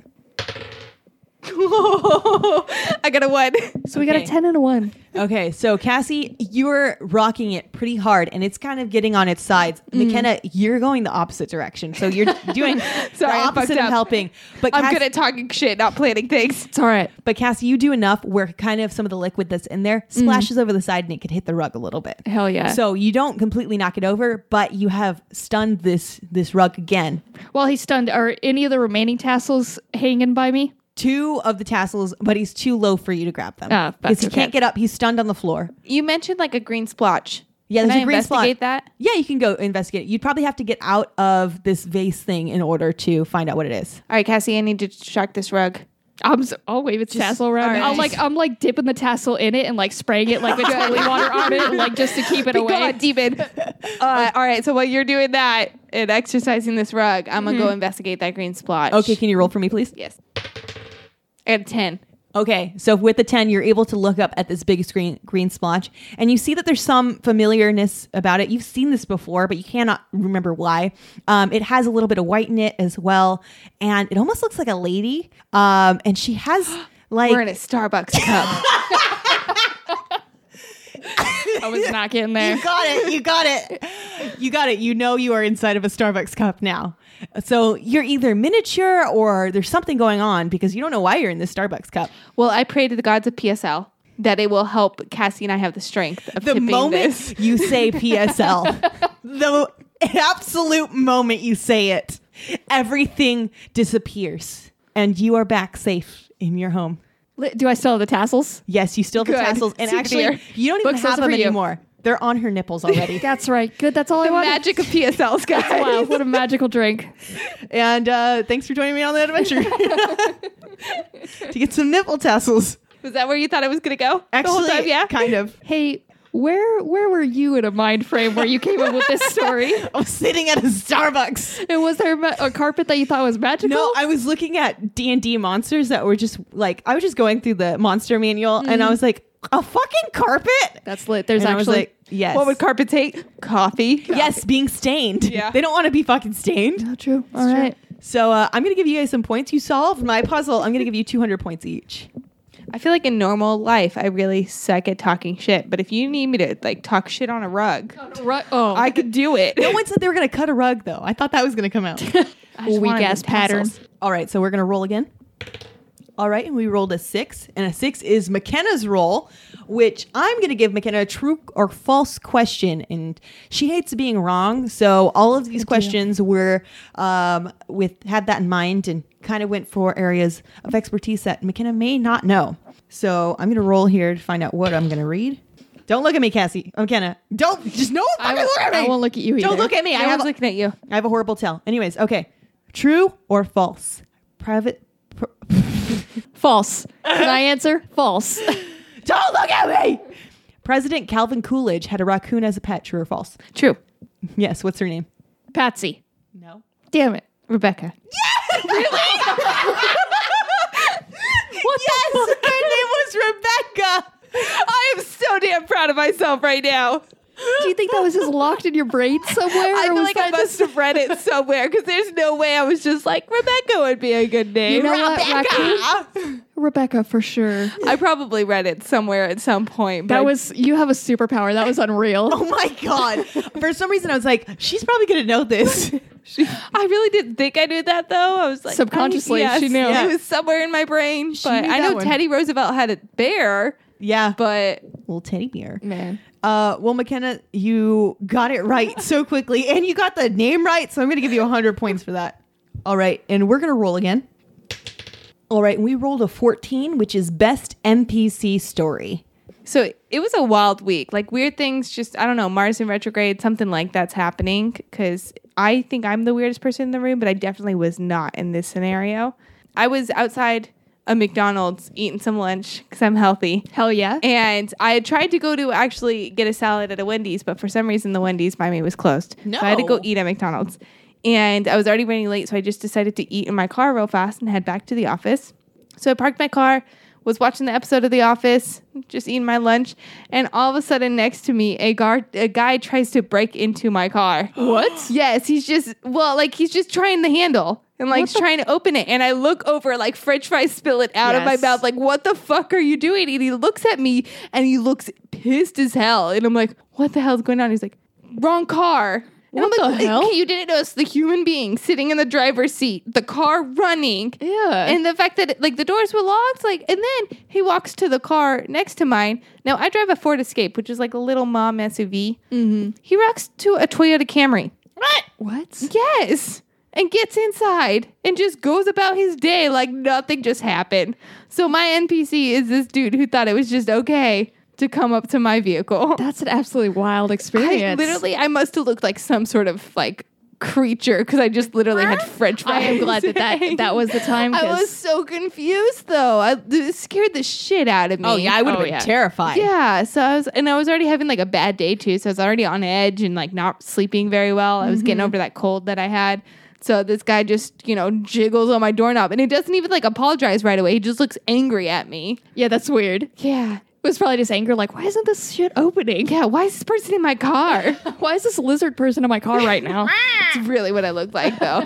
I got a one. So we got a Okay. ten and a one. Okay, so Cassie, you're rocking it pretty hard, and it's kind of getting on its sides. Mm-hmm. McKenna, you're going the opposite direction, so you're (laughs) doing the I fucked opposite of up. helping. But I'm Cass- good at talking shit, not planning things. It's all right. but Cassie, you do enough where kind of some of the liquid that's in there splashes over the side, and it could hit the rug a little bit. Mm-hmm. Hell yeah. So you don't completely knock it over, but you have stunned this this rug again. While he's stunned, are any of the remaining tassels hanging by me? Two of the tassels, but he's too low for you to grab them Ah, that's because he okay. can't get up. He's stunned on the floor. You mentioned like a green splotch. Yeah, Can there's a I green spot. investigate that? Yeah, you can go investigate. it. You'd probably have to get out of this vase thing in order to find out what it is. All right, Cassie, I need to distract this rug. I'm. s I'll wave its tassel around. all right. I'm like I'm like dipping the tassel in it and like spraying it (laughs) like with holy water on it, like just to keep it away. God, demon. uh, all right, so while you're doing that and exercising this rug, I'm gonna go investigate that green splotch. Okay, can you roll for me, please? Yes. I got a ten. Okay, so with the 10, you're able to look up at this big screen, green splotch, and you see that there's some familiarness about it. You've seen this before, but you cannot remember why. Um, it has a little bit of white in it as well, and it almost looks like a lady, um, and she (gasps) has like. We're in a Starbucks cup. I was not getting (laughs) there. (laughs) You got it. You got it. You got it. You know you are inside of a Starbucks cup now. So you're either miniature or there's something going on because you don't know why you're in this Starbucks cup. well, I pray to the gods of PSL that it will help Cassie and I have the strength of The tipping moment this. you say (laughs) PSL, the absolute moment you say it, everything disappears and you are back safe in your home. Li- Do I still have the tassels? Yes, you still have the Good. tassels. And Good. actually, you don't even Books, have those are them for you. anymore. They're on her (laughs) nipples already. That's right. Good. That's all I wanted. Magic of (laughs) PSLs, guys. Wow, what a magical drink. And uh, thanks for joining me on that adventure (laughs) (laughs) to get some nipple tassels. Was that where you thought I was gonna go? Actually, the whole time, yeah. kind of. Hey, where where were you in a mind frame where you came up with this story? (laughs) (laughs) I was sitting at a Starbucks. It was there ma- a carpet that you thought was magical? No, I was looking at D and D monsters that were just like I was just going through the monster manual, and Mm-hmm. I was like, a fucking carpet. that's lit. There's and I was actually like, yes, What would carpet take? Coffee. yes, being stained. Yeah. they don't want to be fucking stained. oh, true. All right. So uh, I'm gonna give you guys some points. You solved my puzzle. I'm gonna give you 200 points each. I feel like in normal life, I really suck at talking shit. But if you need me to like talk shit on a rug, Right. Oh, I could do it. (laughs) No one said they were gonna cut a rug though. I thought that was gonna come out. weak wanted ass the pattern. tassels. All right, so we're gonna roll again. All right, and we rolled a six, and a six is McKenna's roll. which I'm going to give McKenna a true or false question. And she hates being wrong. So all of these questions were um, with had that in mind and kind of went for areas of expertise that McKenna may not know. So I'm going to roll here to find out what I'm going to read. Don't look at me, Cassie. McKenna. Don't just no I fucking won't- look at me. I won't look at you Don't either. look at me. I No have one's looking at you. I have a horrible tell. Anyways, okay. True or false? Private. Pr- False. Did I answer? False. Don't look at me! President Calvin Coolidge had a raccoon as a pet. True or false? (laughs) True. Yes. What's her name? Patsy. No. Damn it. Rebecca. (laughs) What yes! Her name was Rebecca. I am so damn proud of myself right now. Do you think that was just locked in your brain (laughs) somewhere? I or feel was like I that must have read it somewhere because there's no way I was just like Rebecca would be a good name. You know Uh, what, Rebecca. (laughs) Rebecca for sure. I probably read it somewhere at some point. That but- was you have a superpower. That was unreal. (laughs) Oh my god! For some reason, I was like, she's probably gonna know this. (laughs) I really didn't think I knew that though. I was like Subconsciously, I- yes, she knew. It was somewhere in my brain, but knew I that know one. Teddy Roosevelt had a bear, Yeah, but but little teddy bear. Man. Uh, well, McKenna, you got it (laughs) right so quickly, and you got the name right, so I'm going to give you 100 points for that. All right, and we're going to roll again. All right, and we rolled a 14, which is best NPC story. so it was a wild week. Like weird things, just I don't know, Mars in retrograde, something like that's happening. Because I think I'm the weirdest person in the room, but I definitely was not in this scenario. I was outside a McDonald's eating some lunch because I'm healthy. Hell yeah. And I had tried to go to actually get a salad at a Wendy's, but for some reason the Wendy's by me was closed. So I had to go No. eat at McDonald's. And I was already running late, so I just decided to eat in my car real fast and head back to the office. So I parked my car, was watching the episode of The Office, just eating my lunch, and all of a sudden next to me, a guard a guy tries to break into my car. what? Yes, he's just well, like he's just trying the handle and like trying to open it. And I look over, like French fries spill it out of my Yes. mouth. Like, what the fuck are you doing? And he looks at me and he looks pissed as hell. And I'm like, what the hell's going on? He's like, wrong car. And What I'm the like, hell? You didn't notice the human being sitting in the driver's seat, the car running. Yeah. And the fact that like the doors were locked, like, and then he walks to the car next to mine. Now I drive a Ford Escape, which is like a little mom SUV. Mm-hmm. He walks to a Toyota Camry. what? Yes. And gets inside and just goes about his day like nothing just happened. So my NPC is this dude who thought it was just okay to come up to my vehicle. That's an absolutely wild experience. I literally I must have looked like some sort of like creature because I just literally (laughs) had French I fries. (laughs) am glad that that, that was the time. I 'cause- was so confused though. I it scared the shit out of me. would've Oh, yeah. terrified. Yeah, so I was, and I was already having like a bad day too. So I was already on edge and like not sleeping very well. I was getting Mm-hmm. over that cold that I had. So this guy just, you know, jiggles on my doorknob and he doesn't even like apologize right away. He just looks angry at me. yeah, that's weird. It Yeah. was probably just anger, like, why isn't this shit opening? Yeah. Why is this person in my car? (laughs) Why is this lizard person in my car right (laughs) now? That's really what I look like (laughs) though.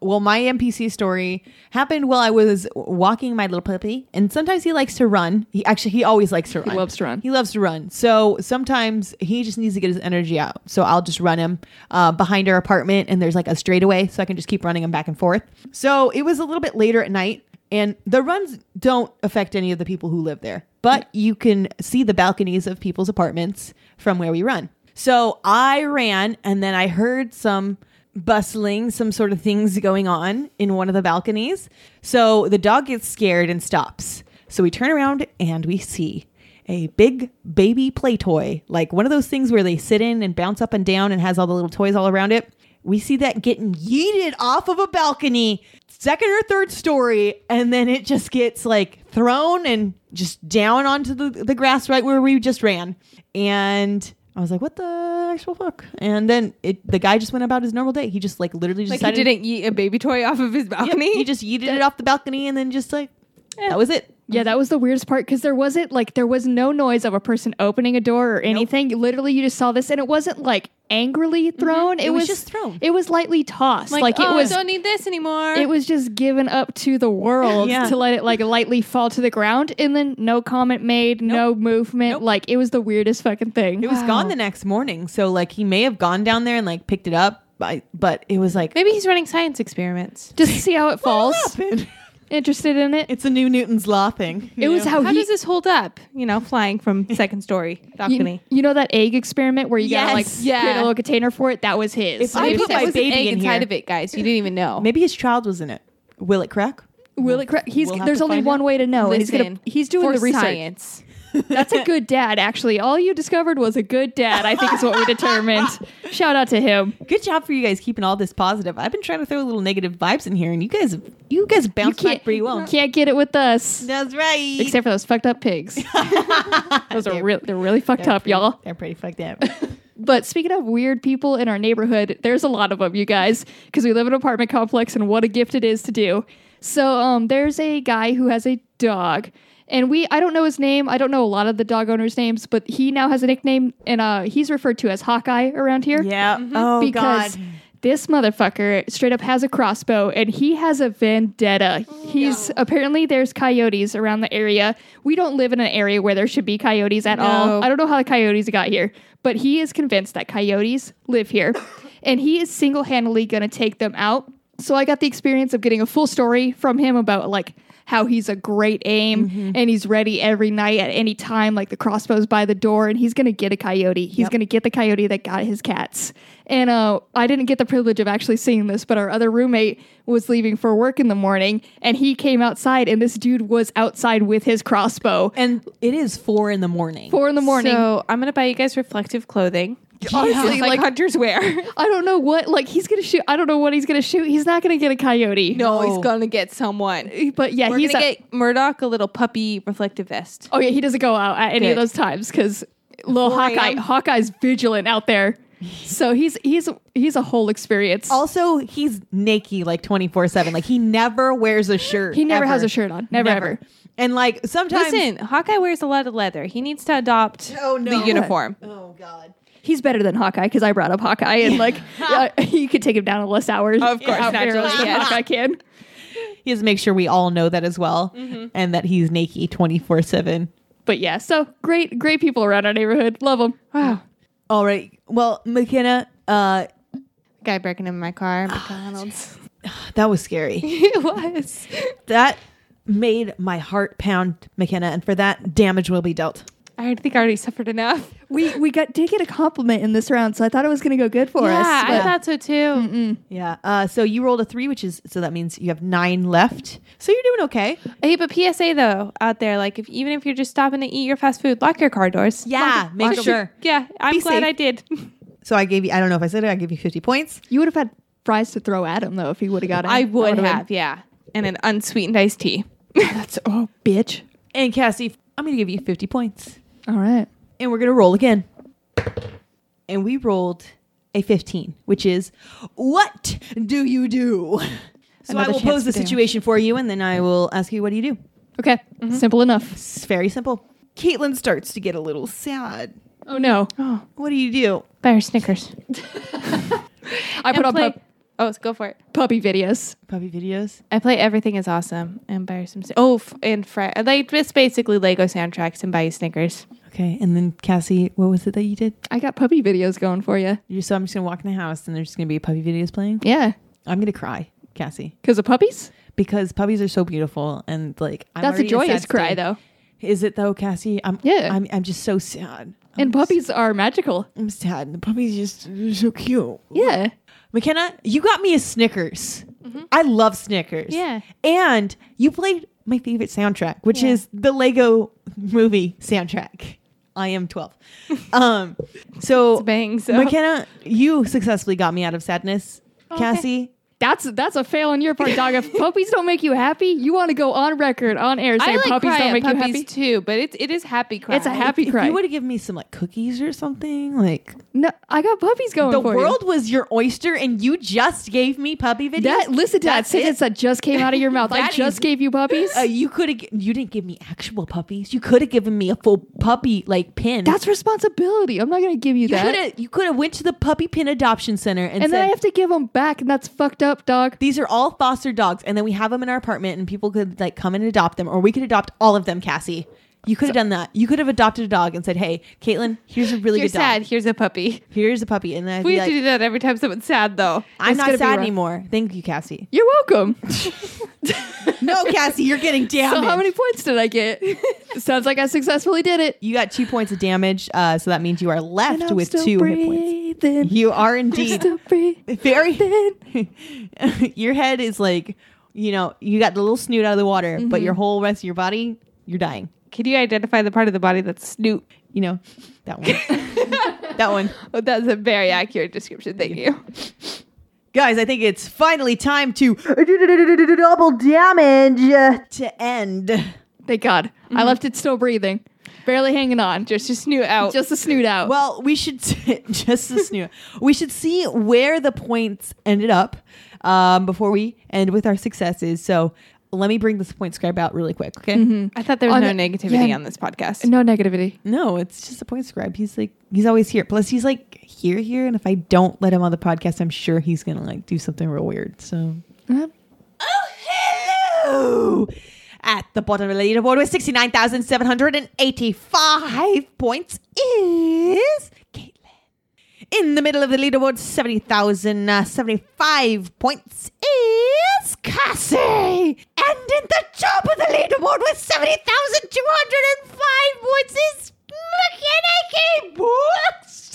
Well, my NPC story happened while I was walking my little puppy, and sometimes he likes to run. He actually he always likes to run. loves to run. He loves to run. So sometimes he just needs to get his energy out. So I'll just run him uh, behind our apartment, and there's like a straightaway, so I can just keep running him back and forth. So it was a little bit later at night, and the runs don't affect any of the people who live there, but you can see the balconies of people's apartments from where we run. So I ran, and then I heard some bustling, some sort of things going on in one of the balconies. So the dog gets scared and stops. So we turn around and we see a big baby play toy, like one of those things where they sit in and bounce up and down and has all the little toys all around it. We see that getting yeeted off of a balcony, second or third story, and then it just gets like thrown and just down onto the, the grass right where we just ran. And I was like, what the actual fuck? And then it, the guy just went about his normal day. He just like literally just Like he decided, didn't eat a baby toy off of his Yep, balcony. he just yeeted it off the balcony and then just like, Eh. that was it. Yeah, that was the weirdest part because there wasn't like there was no noise of a person opening a door or anything. Literally, you just saw this, and it wasn't like angrily thrown. It, was was, just thrown. It was lightly tossed, (laughs) like, it "Oh, was. I don't need this anymore. It was just given up to the world Yeah. to let it like lightly fall to the ground, and then no comment made, no movement. Like it was the weirdest fucking thing. It was gone the next morning. So like he may have gone down there and like picked it up, but, but it was like Maybe he's running science experiments. just see how it falls. happened. interested in it. (laughs) It's a new Newton's Law thing. It was how, How he, does this hold up? You know, flying from second story you, balcony. you know that egg experiment where you gotta like Yes. Yeah. create a little container for it. That was his. I put my an baby egg in inside here. of it, guys. You didn't even know. Maybe his child was in it. Will it crack? Will it? Cra- he's We'll have there's to only find one way to know. and he's gonna Listen, he's doing for the research. science. (laughs) (laughs) That's (laughs) a good dad, actually. All you discovered was a good dad. I think is what we determined. Shout out to him. Good job for you guys keeping all this positive. I've been trying to throw little negative vibes in here, and you guys, you guys bounced back pretty well. Can't get it with us, That's right. except for those fucked up pigs. those are real. They're really fucked up, y'all. They're pretty fucked (laughs) up. But speaking of weird people in our neighborhood, there's a lot of them, you guys, because we live in an apartment complex and what a gift it is to do. So um, there's a guy who has a dog. And we, I don't know his name. I don't know a lot of the dog owners' names, but he now has a nickname, and uh, he's referred to as Hawkeye around here. yeah. Oh Mm-hmm. because God. this motherfucker straight up has a crossbow and he has a vendetta. He's apparently there's coyotes around the area. We don't live in an area where there should be coyotes at all. No. I don't know how the coyotes got here, but he is convinced that coyotes live here and he is single handedly going to take them out. So I got the experience of getting a full story from him about like how he's a great aim Mm-hmm. and he's ready every night at any time like the crossbows by the door and he's going to get a coyote he's going to get the coyote that got his cats and uh, i didn't get the privilege of actually seeing this but our other roommate was leaving for work in the morning and he came outside and this dude was outside with his crossbow And it is four in the morning. four in the morning So I'm gonna buy you guys reflective clothing. Honestly, like, hunters wear. i don't know what like he's going to shoot i don't know what he's going to shoot he's not going to get a coyote no, he's he's gonna get someone. but yeah We're he's gonna a- get Murdoch a little puppy reflective vest. Oh yeah, he doesn't go out at any of Good. those times because little 4 a.m. Hawkeye, Hawkeye's vigilant out there. So he's he's he's a whole experience. Also, he's naked like 24 7. Like, he never wears a shirt. he never ever. has a shirt on, never, ever. And like sometimes. Listen, Hawkeye wears a lot of leather. He needs to adopt Oh, no. the uniform. Oh, God. He's better than Hawkeye because I brought up Hawkeye and (laughs) like yeah, you could take him down in less hours. Of course, out there naturally, than (laughs) yes. Hawkeye can. He has to make sure we all know that as well Mm-hmm. and that he's naked 24 7. But yeah, so great great people around our neighborhood, love them. Wow, All right. Well, McKenna, uh, Guy breaking in my car, McDonald's. that was (laughs) scary. it was. that made my heart pound, McKenna, and for that, damage will be dealt. I already think I already suffered enough. we we got did get a compliment in this round, so I thought it was going to go good for yeah, us. I thought so too. Yeah. Uh, so you rolled a three, which is so that means you have nine left. So you're doing okay. Hey, but PSA though, out there, like if even if you're just stopping to eat your fast food, lock your car doors. Yeah, Lock- make lock 'em. sure. Yeah, I'm Be glad safe. I did. So I gave you. I don't know if I said it. I gave you 50 points. You would have had fries to throw at him though if he would have got. (laughs) I in. That would would've have, yeah, and an unsweetened iced tea. (laughs) That's oh, been- bitch. And Cassie, I'm going to give you 50 points. All right. And we're going to roll again. And we rolled a 15, which is what do you do? So Another I will chance pose the for damage. situation for you and then I will ask you what do you do. Okay. Simple enough. It's very simple. Caitlin starts to get a little sad. Oh no. What do you do? (gasps) buy her Snickers. (laughs) I put on play- pup- Oh, go for it. puppy videos. Puppy videos. I play Everything is Awesome and buy her some. Sn- oh, f- and Fred. Like, just basically Lego soundtracks and buy you Snickers. Okay. And then Cassie, what was it that you did? I got puppy videos going for you. You so I'm just gonna walk in the house and there's just gonna be puppy videos playing. Yeah. I'm gonna cry, Cassie, Because of puppies? because puppies are so beautiful and like I'm That's a already joyous sad cry, state. though. Is it though, Cassie? I'm Yeah. I'm I'm just so sad. I'm And puppies are magical. I'm sad. The puppies just they're so cute. Yeah. McKenna, you got me a Snickers. Mm-hmm. I love Snickers. Yeah. And you played my favorite soundtrack, which Yeah. is the Lego movie soundtrack. I am (laughs) 12. um so, Bang. So McKenna, you successfully got me out of sadness. Oh, Cassie, That's that's a fail on your part, (laughs) dog. If puppies don't make you happy, you want to go on record, on air, I saying like puppies cry don't at make puppies you happy. too, but it's it is happy cry. It's a happy if cry. you would have given me some like cookies or something, like No, I got puppies going the for you. world was your oyster, and you just gave me puppy videos. That listen to that That's sentence that just came out (laughs) of your mouth. I That just is- gave you puppies. Uh, you could have. You didn't give me actual puppies. You could have given me a full puppy like pin. that's responsibility. I'm not going to give you, you that. could have. You could have went to the puppy pin adoption center and, And then I said. have to give them back, and that's fucked up, dog. These are all foster dogs, and then we have them in our apartment, and people could like come and adopt them, or we could adopt all of them, Cassie. You could have done that. You could have adopted a dog and said, "Hey, Caitlin, here's a really You're good dog. sad. Here's a puppy. Here's a puppy." And then I'd We be (laughs) have to like, do that every time someone's sad, though. "I'm It's not gonna be sad rough. anymore. Thank you, Cassie." You're welcome. (laughs) no, Cassie, you're getting (laughs) so damaged. how many points did I get? (laughs) Sounds like I successfully did it. you got two points of damage, uh, so that means you are And left I'm with still two hit points. breathing. You are I'm indeed still (laughs) breathing. very. (laughs) your head is like, you know, you got the little snoot out of the water, but Mm-hmm. your whole rest of your body, you're dying. Can you identify the part of the body that's snoot? You know, that one. (laughs) that one. Oh, that's a very accurate description. Thank you. Guys, I think it's finally time (laughs) to Double damage. to end. Thank God. I left it still breathing, barely hanging on. Just your snoot out. Just a snoot out. Well, we should (laughs) just this new. We should see where the points ended up um, before we end with our successes. So let me bring this point scribe out really quick. Okay. I thought there was On no the- negativity yeah. on this podcast. no negativity. No, it's just a point scribe. He's like he's always here. Plus, he's like here, here. And if I don't let him on the podcast, I'm sure he's gonna like do something real weird. So. Uh, Oh, hello! At the bottom of the leaderboard with 69,785 points is Caitlin. In the middle of the leaderboard, 70,075 points is Cassie. And in the top of the leaderboard with 70,205 points is Mechanic Books.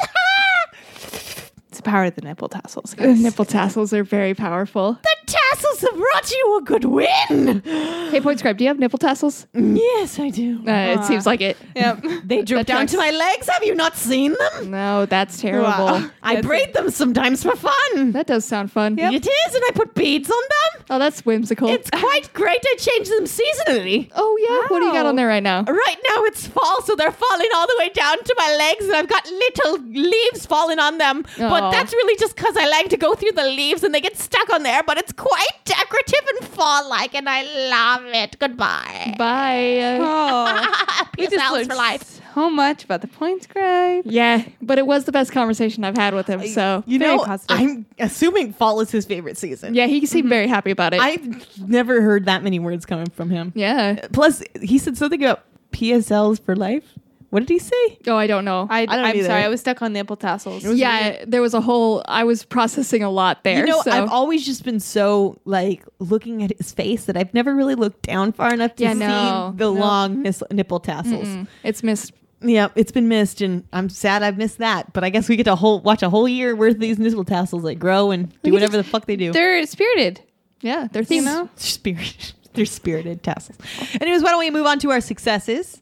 It's the power of the nipple tassels. the guys. nipple tassels are very powerful. the tassels have brought you a good (gasps) win. (laughs) Hey, point scribe, do you have nipple tassels? Uh, Yes, I do. it seems like it. Yep. They drip That down to my tracks. legs. Have you not seen them? No, that's terrible. Wow. I braid them sometimes for fun. That does sound fun. It is, and I put beads on them. Oh, that's whimsical. It's quite great. I change them seasonally. oh yeah. What do you got Wow. on there right now? Right now it's fall, so they're falling all the way down to my legs, and I've got little leaves falling on them. But Aw. that's really just because I like to go through the leaves and they get stuck on there, but it's quite decorative and fall like, and I love it. Goodbye. Bye. Oh, (laughs) we Peace out for life. so much about the point scribe. Yeah, but it was the best conversation I've had with him. So You Very know, positive. I'm assuming fall is his favorite season. yeah, he seemed very happy about it. I've never heard that many words coming from him. yeah. Plus, he said something about PSLs for life. What did he say? Oh, I don't know. I, don't am either. sorry, I was stuck on nipple tassels. yeah, there was a whole. I was processing a lot there. You know, so. mm, I've always just been so like looking at his face that I've never really looked down far enough to Yeah, no, see the no. long nis- nipple tassels. Mm, it's missed. Yeah, it's been missed, and I'm sad I've missed that. But I guess we get to whole watch a whole year worth of these nipple tassels that grow and do whatever the fuck they do. They're spirited. Yeah, they're You themed. know? Spirit, (laughs) they're spirited tassels. Anyways, why don't we move on to our successes?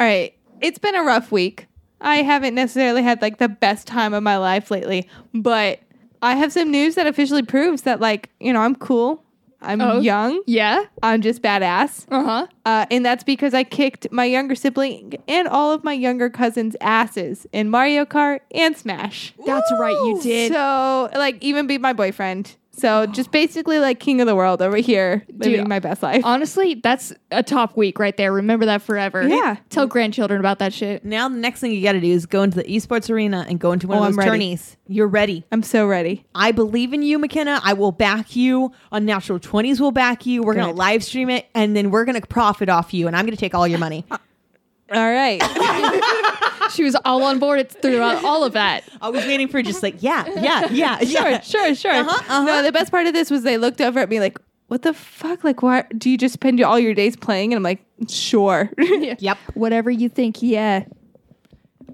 All right. It's been a rough week. I haven't necessarily had like the best time of my life lately, but I have some news that officially proves that like, you know, I'm cool. I'm Oh. young. Yeah. I'm just badass. Uh huh. Uh, and that's because I kicked my younger sibling and all of my younger cousins' asses in Mario Kart and Smash. That's right. You did. Oh. So, like, even beat my boyfriend. So, just basically like king of the world over here, living my best life. Honestly, that's a top week right there. Remember that forever. Yeah. Tell grandchildren about that shit. Now, the next thing you got to do is go into the esports arena and go into one Oh, of I'm those ready. tourneys. You're ready. I'm so ready. I believe in you, McKenna. I will back you. Unnatural 20s will back you. We're going to Good. live stream it and then we're going to profit off you. And I'm going to take all your (laughs) money. All (laughs) right. She was all on board it- throughout all of that. I was waiting for just like, yeah, yeah, yeah, yeah. (laughs) sure, sure. Uh-huh, uh-huh. No, the best part of this was they looked over at me like, what the fuck? Like, why do you just spend all your days playing? And I'm like, (laughs) sure. Yep. (laughs) Whatever you think, yeah.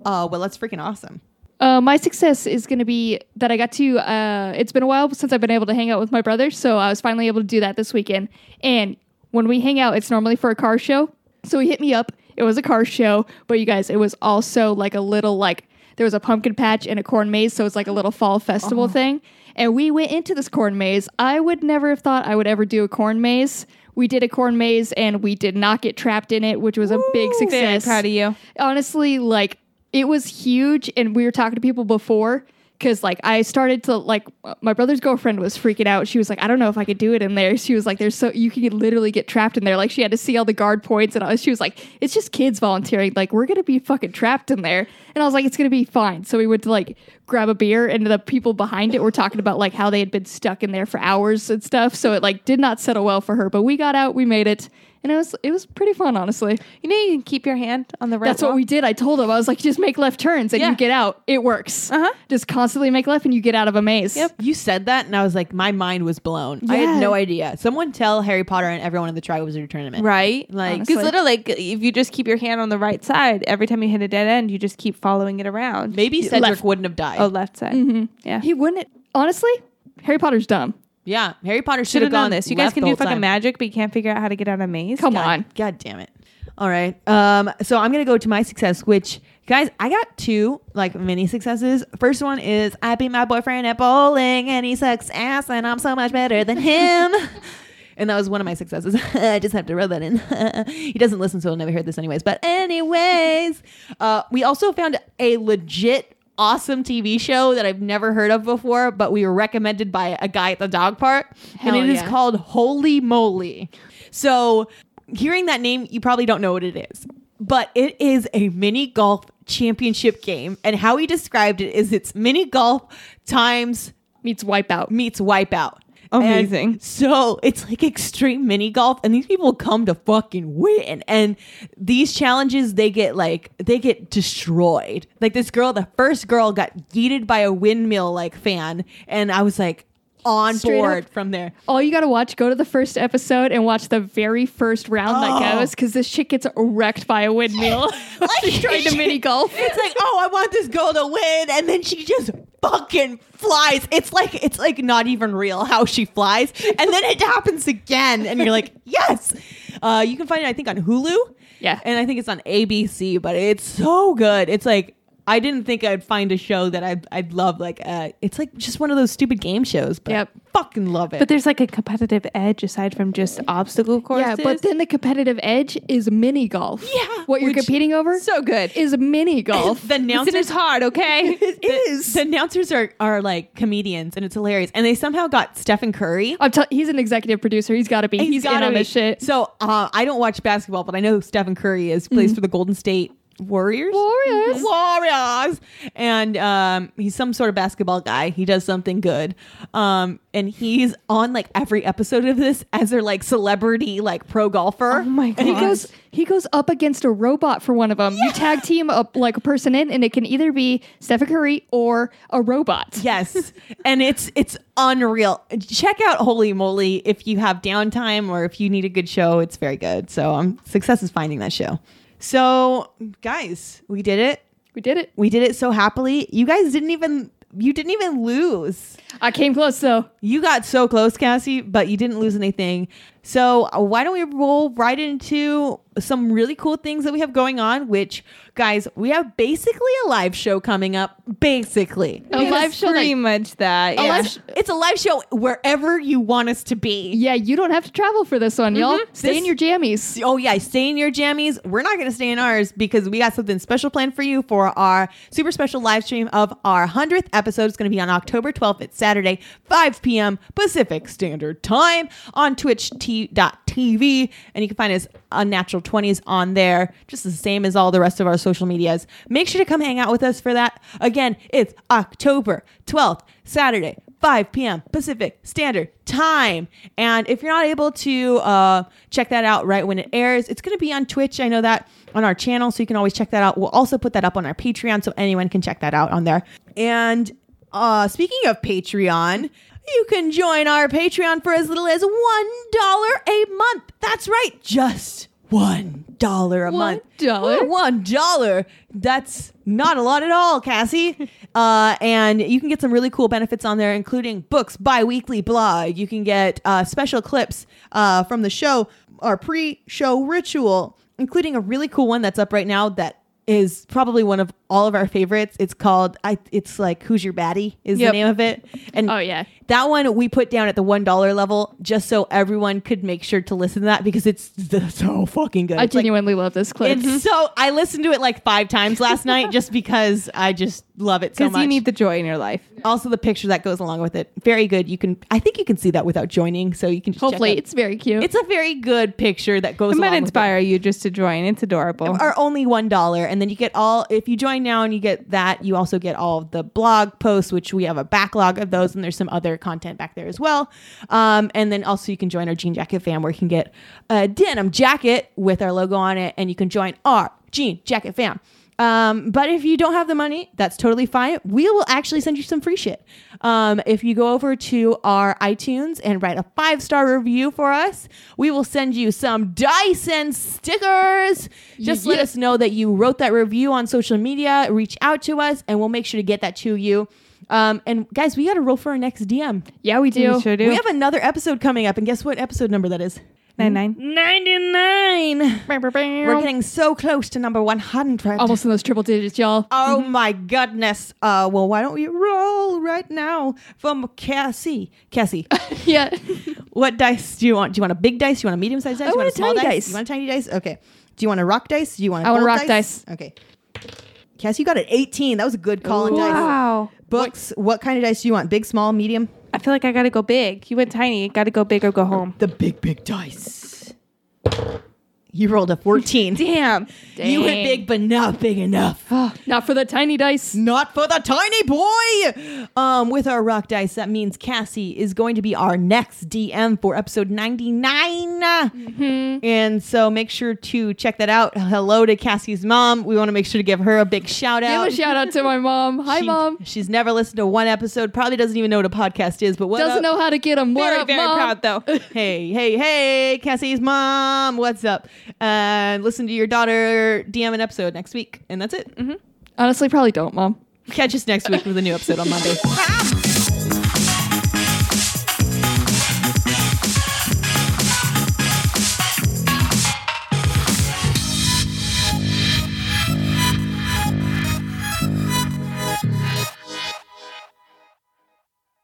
Uh, well, that's freaking awesome. Uh, my success is going to be that I got to. Uh, it's been a while since I've been able to hang out with my brother, so I was finally able to do that this weekend. And when we hang out, it's normally for a car show. So he hit me up. It was a car show, but you guys, it was also like a little like there was a pumpkin patch and a corn maze, so it's like a little fall festival thing. And we went into this corn maze. I would never have thought I would ever do a corn maze. We did a corn maze and we did not get trapped in it, which was a big Very success proud of you. honestly like it was huge and we were talking to people before because like i started to like my brother's girlfriend was freaking out she was like i don't know if i could do it in there she was like there's so you can literally get trapped in there like she had to see all the guard points and I was, she was like it's just kids volunteering like we're gonna be fucking trapped in there and i was like it's gonna be fine so we went to like grab a beer and the people behind it were talking about like how they had been stuck in there for hours and stuff so it like did not settle well for her but we got out we made it and it was it was pretty fun, honestly. You know, you can keep your hand on the right. That's what we did. I told him I was like, just make left turns and Yeah. you get out. It works. Uh-huh. Uh huh. Just constantly make left and you get out of a maze. Yep. You said that, and I was like, my mind was blown. I Yeah. had no idea. Someone tell Harry Potter and everyone in the Triwizard Tournament. Right. Like, Because Honestly. literally, like, if you just keep your hand on the right side, every time you hit a dead end, you just keep following it around. maybe Mm-hmm. Cedric Left. wouldn't have died. Oh, left side. Yeah. He wouldn't. Honestly, Harry Potter's dumb. Yeah, Harry Potter should Should have have gone known this. You guys left can the do whole fucking time. magic, but you can't figure out how to get out of a maze. Come God, on. God damn it. All right. Um, so I'm gonna go to my success, which guys, I got two like mini successes. First one is I beat my boyfriend at bowling and he sucks ass and I'm so much better than him. (laughs) And that was one of my successes. (laughs) I just have to rub that in. (laughs) he doesn't listen, so he'll never hear this anyways. But anyways, uh, we also found a legit awesome TV show that I've never heard of before, but we were recommended by a guy at the dog park. Hell and it is yeah. called Holy Moly. So, hearing that name, you probably don't know what it is, but it is a mini golf championship game. And how he described it is it's mini golf times Meets wipeout. meets wipeout. Amazing. And so it's like extreme mini golf, and these people come to fucking win. And these challenges, they get like they get destroyed. Like this girl, the first girl got yeeted by a windmill like fan, and I was like on Straight board up. from there. All you gotta watch, go to the first episode and watch the very first round that Oh. goes because this chick gets wrecked by (laughs) a windmill. (laughs) while she's trying to mini golf. It's like, oh, I want this girl to win, and then she just fucking flies. It's like it's like not even real how she flies, and then it happens again, and you're like, (laughs) yes. Uh, you can find it, I think, on Hulu. Yeah. and I think it's on ABC, but it's so good. It's like. I didn't think I'd find a show that I'd, I'd love. Like, uh, it's like just one of those stupid game shows, but Yep. I fucking love it. But there's like a competitive edge aside from just obstacle courses. (laughs) Yeah, but then the competitive edge is mini golf. Yeah, What you're which- competing over so good. is mini golf. (laughs) the Listen, announcers it's hard, okay? It is. The announcers are are like comedians, and it's hilarious. And they somehow got Stephen Curry. (laughs) I'm tell- he's an executive producer. He's got to be. He's, in gotta on be. this shit. So uh, I don't watch basketball, but I know Stephen Curry is plays Mm-hmm. for the Golden State Warriors. Mm-hmm. Warriors. Warriors. And um, he's some sort of basketball guy. He does something good. Um, and he's on like every episode of this as their like celebrity like pro golfer. Oh my He God. goes he goes up against a robot for one of them. You tag team up like a person in, and it can either be Stephen Curry or a robot. (laughs) Yes. and it's it's unreal. Check out Holy Moly if you have downtime or if you need a good show. It's very good. So um, success is finding that show. So guys, we did it. We did it. We did it so happily. You guys didn't even you didn't even lose. I came close though. You got so close, Cassie, but you didn't lose anything. So uh, why don't we roll right into some really cool things that we have going on? Which, guys, we have basically a live show coming up. Basically, A live show. pretty Like, much that. a yeah. live sh- it's a live show wherever you want us to be. yeah, you don't have to travel for this one, y'all. Stay in Mm-hmm. This- your (laughs) jammies. Oh yeah, stay in your jammies. We're not going to stay in ours because we got something special planned for you for our super special live stream of our hundredth episode. It's going to be on October twelfth. It's Saturday, five p.m. Pacific Standard Time on Twitch.tv, and you can find us Unnatural Twenties on there, just the same as all the rest of our social medias. Make sure to come hang out with us for that. Again, it's October twelfth, Saturday. 5 p.m. Pacific Standard Time. And if you're not able to uh, check that out right when it airs, it's going to be on Twitch. I know that on our channel, so you can always check that out. We'll also put that up on our Patreon, so anyone can check that out on there. And uh, speaking of Patreon, you can join our Patreon for as little as $1 a month. That's right, just $1 a month. dollar? Woo, one dollar. That's not a lot at all, Cassie. (laughs) Uh, and you can get some really cool benefits on there, including books, bi-weekly blog. You can get uh, special clips uh, from the show, our pre-show ritual, including a really cool one that's up right now that is probably one of all of our favorites. It's called I it's like Who's Your Baddie is Yep. the name of it. And Oh, yeah. That one we put down at the one dollar level just so everyone could make sure to listen to that because it's (laughs) so fucking good. I It's like- Mm-hmm. genuinely love this clip. (laughs) it's so I listened to it like five times last night just because I just love it so Because much. you need the joy in your life. also the picture that goes along with it. Very good. You can I think you can see that without joining, so you can just check Hopefully, out- it's very cute. it's a very good picture that goes It might along with inspire you just to join. It's adorable. are only one dollar and then you get all if you join now and you get that you also get all of the blog posts which we have a backlog of those and there's some other content back there as well um, and then also you can join our jean jacket fam where you can get a denim jacket with our logo on it and you can join our jean jacket fam um, but if you don't have the money, that's totally fine. We will actually send you some free shit. Um, if you go over to our iTunes and write a five star review for us, we will send you some Dyson stickers. Just let Yeah. us know that you wrote that review on social media. Reach out to us, and we'll make sure to get that to you. Um, and guys, we got to roll for our next DM. yeah, we do. you sure do. We have another episode coming up, and guess what episode number that is? nine nine. 99. We're We're getting so close to number 100. almost in those triple digits, y'all. Oh my goodness. Uh, well, why don't we roll right now from Cassie? Cassie, (laughs) yeah. (laughs) what dice do you want? Do you want a big dice? Do you want a medium sized dice? I Do you want a small tiny dice. You want a tiny dice? Okay. Do you want a rock dice? Do you want a I want a gold rock dice. Okay. Cassie, you got an 18. That was a good call on dice. Books, what kind of dice do you want? Big, small, medium? I feel like I gotta go big. You went tiny. Gotta go big or go home. The big, big dice. You rolled a (laughs) 14. Damn. You went Dang. big, but not big enough. Oh, Not for the tiny dice. Not for the tiny boy. Um, with our rock dice, that means Cassie is going to be our next DM for episode 99. Mm-hmm. And so make sure to check that out. Hello to Cassie's mom. We want to make sure to give her a big shout Give out. a shout out to my mom. Hi, She- mom. She's never listened to one episode, probably doesn't even know what a podcast is, but what Doesn't up? know how to get them. What very, up, very mom? proud (laughs) though. hey, hey, hey, Cassie's mom, what's up? And listen to your daughter DM an episode Mm-hmm. next week. And that's it. Honestly, probably don't, mom. (laughs) Catch us next week with a new episode on Monday.